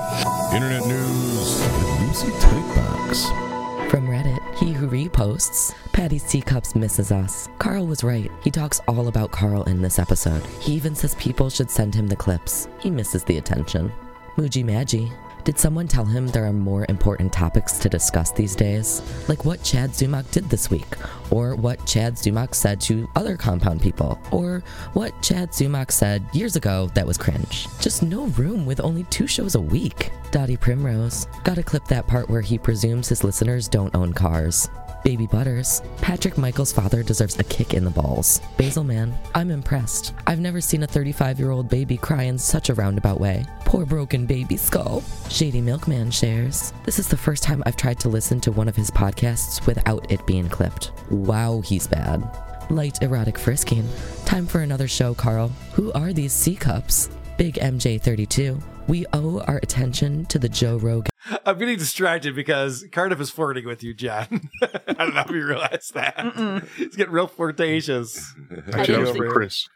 Internet news. Lucy Tightbox. From Reddit, he who reposts, Patty's teacups misses us. Carl was right. He talks all about Carl in this episode. He even says people should send him the clips. He misses the attention. Muji Magi. Did someone tell him there are more important topics to discuss these days? Like what Chad Zumach did this week, or what Chad Zumach said to other compound people, or what Chad Zumach said years ago that was cringe. Just no room with only two shows a week. Dottie Primrose. Gotta clip that part where he presumes his listeners don't own cars. Baby Butters. Patrick Michael's father deserves a kick in the balls. Basil Man. I'm impressed. I've never seen a 35 year old baby cry in such a roundabout way. Poor broken baby skull. Shady Milkman shares. This is the first time I've tried to listen to one of his podcasts without it being clipped. Wow, he's bad. Light erotic frisking. Time for another show, Carl. Who are these C cups? Big MJ32. We owe our attention to the Joe Rogan. I'm getting distracted because Cardiff is flirting with you, John. I don't know if you realize that. He's getting real flirtatious. Actually, that was from Chris.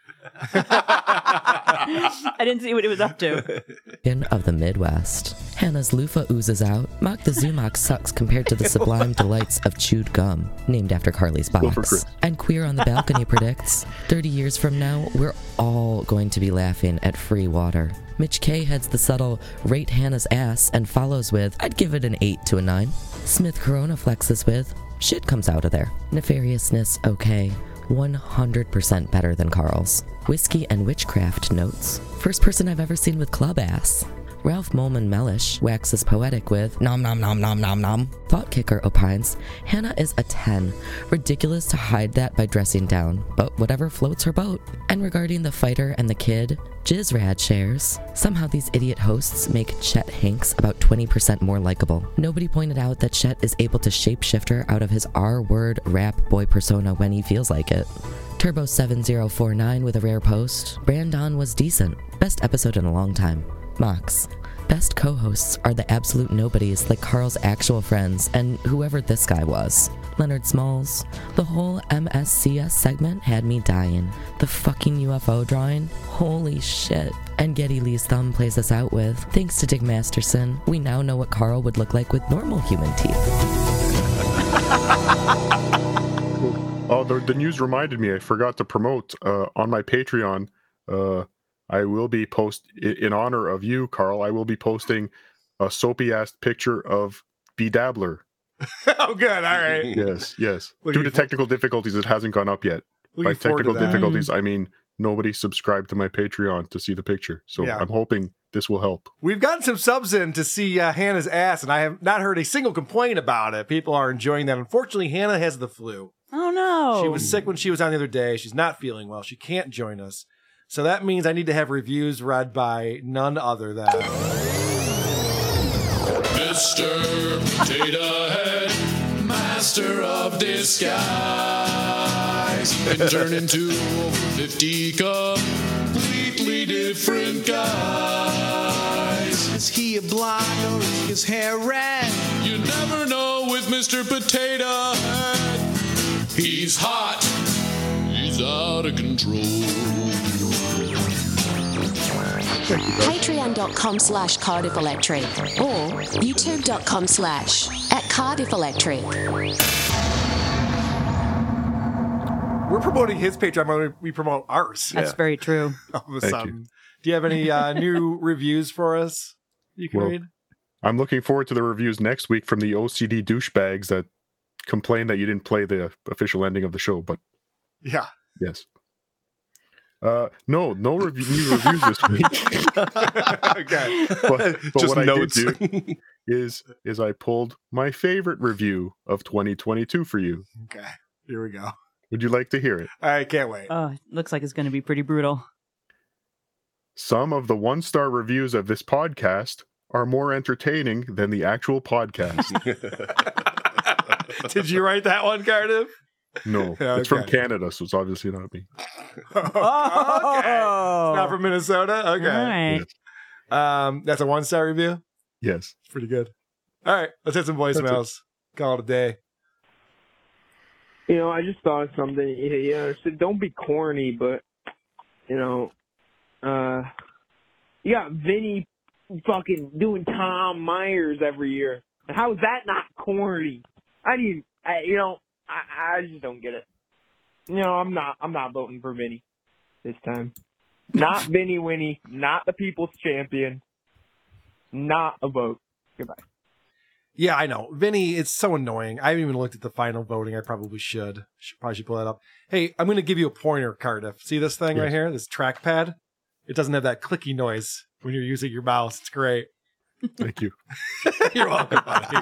I didn't see what it was up to. In of the Midwest. Hannah's loofah oozes out. Mock the Zumach sucks compared to the sublime delights of chewed gum, named after Carly's Wilfred Chris. box. And Queer on the Balcony predicts 30 years from now, we're all going to be laughing at free water. Mitch K heads the subtle rate Hannah's ass and follows with I'd give it an 8 to a 9. Smith Corona flexes with shit comes out of there. Nefariousness, okay. 100% better than Carl's. Whiskey and Witchcraft notes. First person I've ever seen with club ass. Ralph Molman Mellish waxes poetic with nom nom nom nom nom nom. Thought Kicker opines Hannah is a 10. Ridiculous to hide that by dressing down, but whatever floats her boat. And regarding the fighter and the kid, Jizrad shares somehow these idiot hosts make Chet Hanks about 20% more likable. Nobody pointed out that Chet is able to shapeshifter out of his R word rap boy persona when he feels like it. Turbo7049 with a rare post. Brandon was decent. Best episode in a long time. Mox. Best co hosts are the absolute nobodies like Carl's actual friends and whoever this guy was. Leonard Smalls. The whole MSCS segment had me dying. The fucking UFO drawing? Holy shit. And Getty Lee's thumb plays us out with thanks to Dick Masterson, we now know what Carl would look like with normal human teeth. Oh, the, the news reminded me. I forgot to promote uh, on my Patreon. Uh, I will be post i- in honor of you, Carl. I will be posting a soapy ass picture of B Dabbler. oh, good. All right. Yes, yes. Looking Due to for- technical difficulties, it hasn't gone up yet. Looking By forward to technical that. difficulties, I mean nobody subscribed to my Patreon to see the picture. So Yeah. I'm hoping this will help. We've gotten some subs in to see uh, Hannah's ass, and I have not heard a single complaint about it. People are enjoying that. Unfortunately, Hannah has the flu. Oh no. She was sick when she was on the other day. She's not feeling well. She can't join us. So that means I need to have reviews read by none other than. Mr. Potato Head, master of disguise. and turn into a 50 completely different guys. Is he a blonde or is his hair red? You never know with Mr. Potato Head. He's hot. He's out of control. Patreon.com slash Cardiff Electric or YouTube.com slash at Cardiff Electric. We're promoting his Patreon more than we promote ours. That's very true. All of a Thank sudden. Do you have any uh, new reviews for us you can Well, read? I'm looking forward to the reviews next week from the OCD douchebags that complain that you didn't play the official ending of the show. But Yeah. yes, uh, no, no review, new reviews this week. okay. But, but Just what notes. I did do is is I pulled my favorite review of 2022 for you. Okay. Here we go. Would you like to hear it? I can't wait. Oh, it looks like it's going to be pretty brutal. Some of the one star reviews of this podcast are more entertaining than the actual podcast. Did you write that one, Cardiff? no, Yeah, it's from okay. Canada, so it's obviously not me. oh, okay. Not from Minnesota? Okay. All Um, that's a one star review. Yes. It's pretty good. All right, let's hit some voicemails. Call it a day. You know, I just thought of something. Yeah, yeah. So don't be corny, but you know, uh, you got Vinny fucking doing Tom Myers every year. How is that not corny? I need, I, you know, I, I just don't get it. You know, I'm not, I'm not voting for Vinny this time. Not Vinny Winnie, not the People's Champion, not a vote. Goodbye. Yeah, I know. Vinny, it's so annoying. I haven't even looked at the final voting. I probably should. Should probably should pull that up. Hey, I'm gonna give you a pointer, Cardiff. See this thing right Yes. here? This trackpad? It doesn't have that clicky noise when you're using your mouse. It's great. Thank you. You're welcome, buddy.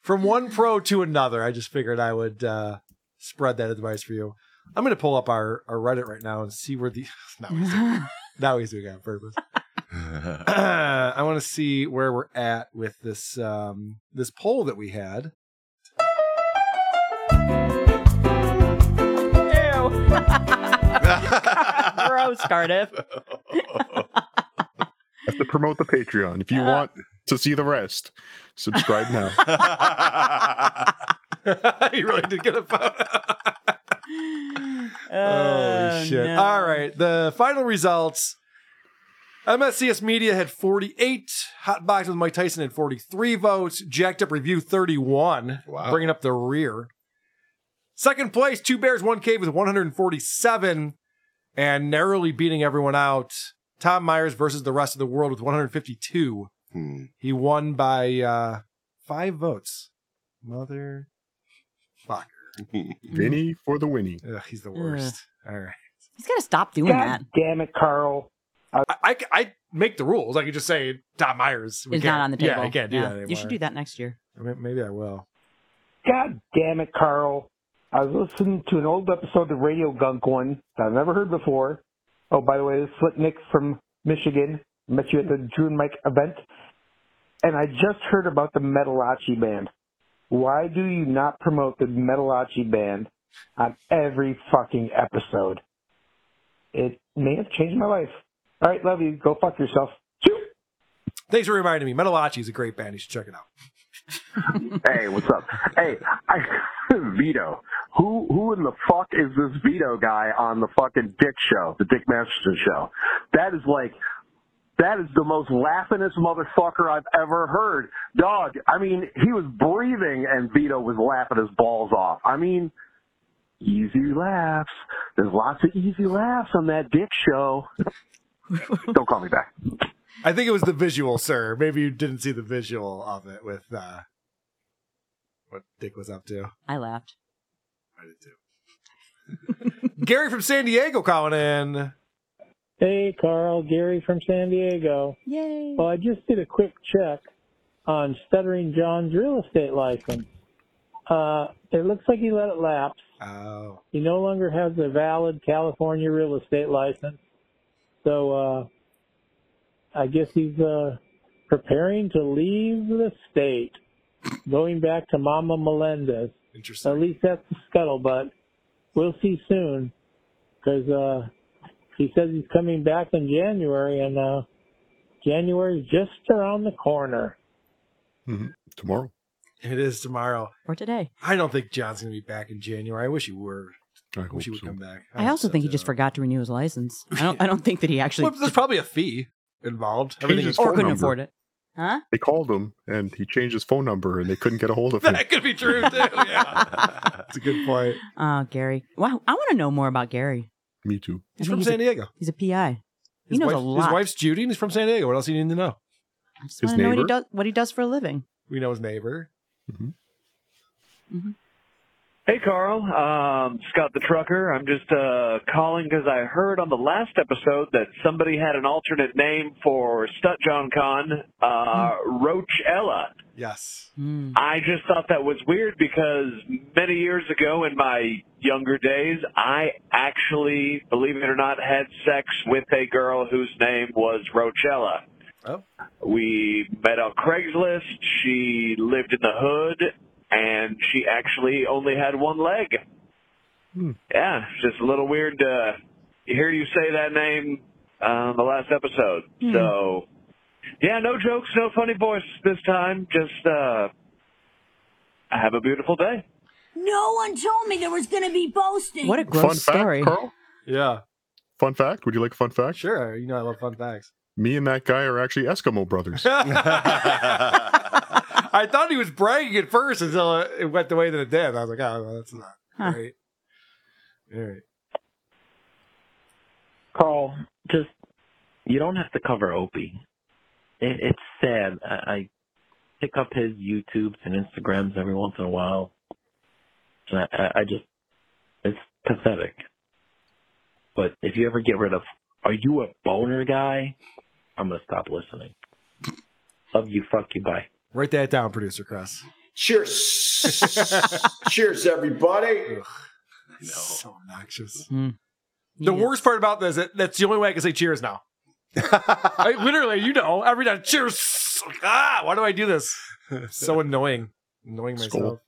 From one pro to another, I just figured I would uh, spread that advice for you. I'm going to pull up our, our Reddit right now and see where the. Now he's doing, now he's doing it on purpose. I want to see where we're at with this um, this poll that we had. right. Gross, Cardiff. That's to promote the Patreon. If you Uh. want to see the rest, subscribe now. you really did get a vote. Holy shit. no. All right. The final results MSCS Media had 48, Hot Box with Mike Tyson had 43 votes, Jacked Up Review 31, Wow. bringing up the rear. Second place, Two Bears, One Cave with 147, and narrowly beating everyone out. Tom Myers versus the rest of the world with 152. He won by uh, five votes. Mother fucker. Vinny for the Winnie. Ugh, he's the worst. All right. He's got to stop doing that. Damn it, Carl. Uh, I, I, I make the rules. I could just say Tom Myers. It's not on the table. Yeah, I can't do Yeah. that anymore. You should do that next year. I mean, maybe I will. God damn it, Carl. I was listening to an old episode of Radio Gunk one that I've never heard before. Oh, by the way, this is Slick Nick from Michigan. Met you at the Drew and Mike event. And I just heard about the Metalachi band. Why do you not promote the Metalachi band on every fucking episode? It may have changed my life. All right, love you. Go fuck yourself. Thanks for reminding me. Metalachi is a great band. You should check it out. hey, what's up? Hey, I, Vito. Who who in the fuck is this Vito guy on the fucking Dick show, the Dick Masterson show? That is like that is the most laughingest motherfucker I've ever heard. Dog, I mean, he was breathing and Vito was laughing his balls off. I mean, easy laughs. There's lots of easy laughs on that Dick show. Don't call me back. I think it was the visual, sir. Maybe you didn't see the visual of it with uh, what Dick was up to. I laughed. I did too. Gary from San Diego calling in. Hey, Carl, Gary from San Diego. Yay. Well, I just did a quick check on Stuttering John's real estate license. Uh, it looks like he let it lapse. Oh. He no longer has a valid California real estate license. So uh, I guess he's uh, preparing to leave the state, going back to Mama Melendez. Interesting. At least that's the scuttlebutt. we'll see soon because uh, he says he's coming back in January, and uh, January is just around the corner. Tomorrow. It is tomorrow. Or today. I don't think John's going to be back in January. I wish he were. I, wish he would come back. I also think he just forgot to renew his license. I don't, I don't think that he actually Well, there's probably a fee involved. Everything his is phone or couldn't number. afford it. Huh? They called him and he changed his phone number and they couldn't get a hold of him. That could be true too. Yeah. That's a good point. Oh, Gary. Wow. I want to know more about Gary. Me too. I He's think from a- San Diego. He's a PI. He His knows wife- a lot. His wife's Judy and he's from San Diego. What else do you need to know? I just want to know what he does. What he does for a living. We know his neighbor. Hey, Carl. Um, Scott the Trucker. I'm just uh, calling because I heard on the last episode that somebody had an alternate name for Stut John Con, uh, Roachella. Yes. I just thought that was weird because many years ago in my younger days, I actually, believe it or not, had sex with a girl whose name was Rochella. Oh. We met on Craigslist. She lived in the hood, and she actually only had one leg. Hmm. Yeah, it's just a little weird to hear you say that name uh, on the last episode. Hmm. So, yeah, no jokes, no funny voice this time. Just uh, have a beautiful day. No one told me there was going to be boasting. What a Fun fact, Carl? Yeah. Fun fact? Would you like a fun fact? Sure. You know I love fun facts. Me and that guy are actually Eskimo brothers. I thought he was bragging at first until it went the way that it did. I was like, oh, well, that's not Huh. right. All right. Carl, just you don't have to cover Opie. It, it's sad. I, I pick up his YouTubes and Instagrams every once in a while, and I, I, I just it's pathetic. But if you ever get rid of, are you a boner guy? I'm gonna stop listening. Love you. Fuck you. Bye. Write that down, producer Cross. Cheers. Cheers, everybody. So obnoxious. Yeah. The worst part about this is that that's the only way I can say cheers now. I- literally, you know, every time, cheers. Ah, why do I do this? So annoying. Annoying myself.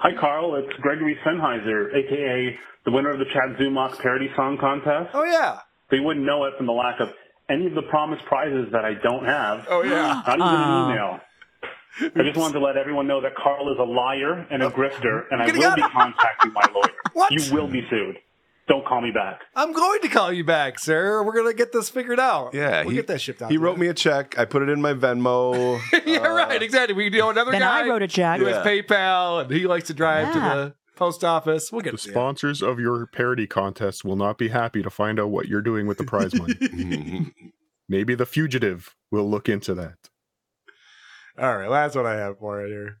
Hi, Carl. It's Gregory Sennheiser, aka the winner of the Chad Zumach parody song contest. Oh yeah. So you wouldn't know it from the lack of any of the promised prizes that I don't have. Oh yeah. Not even Oh. an email. I just wanted to let everyone know that Carl is a liar and a grifter, and I Get it will out. be contacting my lawyer. You will be sued. Don't call me back. I'm going to call you back, sir. We're gonna get this figured out. Yeah, we'll he- get that shipped out. He wrote me a check. I put it in my Venmo. yeah, right. Exactly. We know another Then guy. I wrote a check. Who has Yeah. PayPal and he likes to drive Yeah. to the post office. We'll get The there. sponsors of your parody contest will not be happy to find out what you're doing with the prize money. Maybe the fugitive will look into that. All right, that's what I have for it here.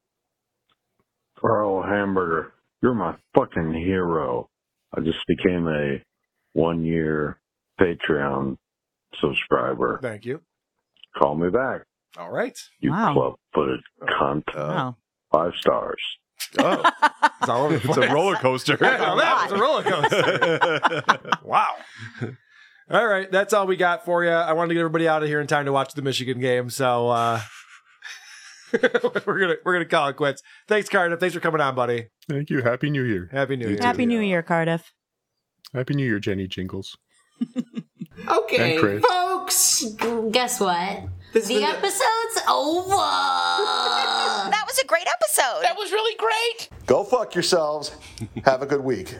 Carl Hamburger, you're my fucking hero. I just became a one year Patreon subscriber. Thank you. Call me back. All right. Uh, You club footed cunt. Wow. Five stars. Oh. it's all over the It's a place. roller coaster. Yeah, that was a roller coaster. wow. All right, that's all we got for you. I wanted to get everybody out of here in time to watch the Michigan game, so uh, we're gonna we're gonna call it quits. Thanks, Cardiff. Thanks for coming on, buddy. Thank you. Happy New Year. Happy New Year. Happy New Year, Cardiff. Happy New Year, Jenny Jingles. And Okay, Chris. folks, guess what? the episode's over. that was a great episode. That was really great. Go fuck yourselves. Have a good week.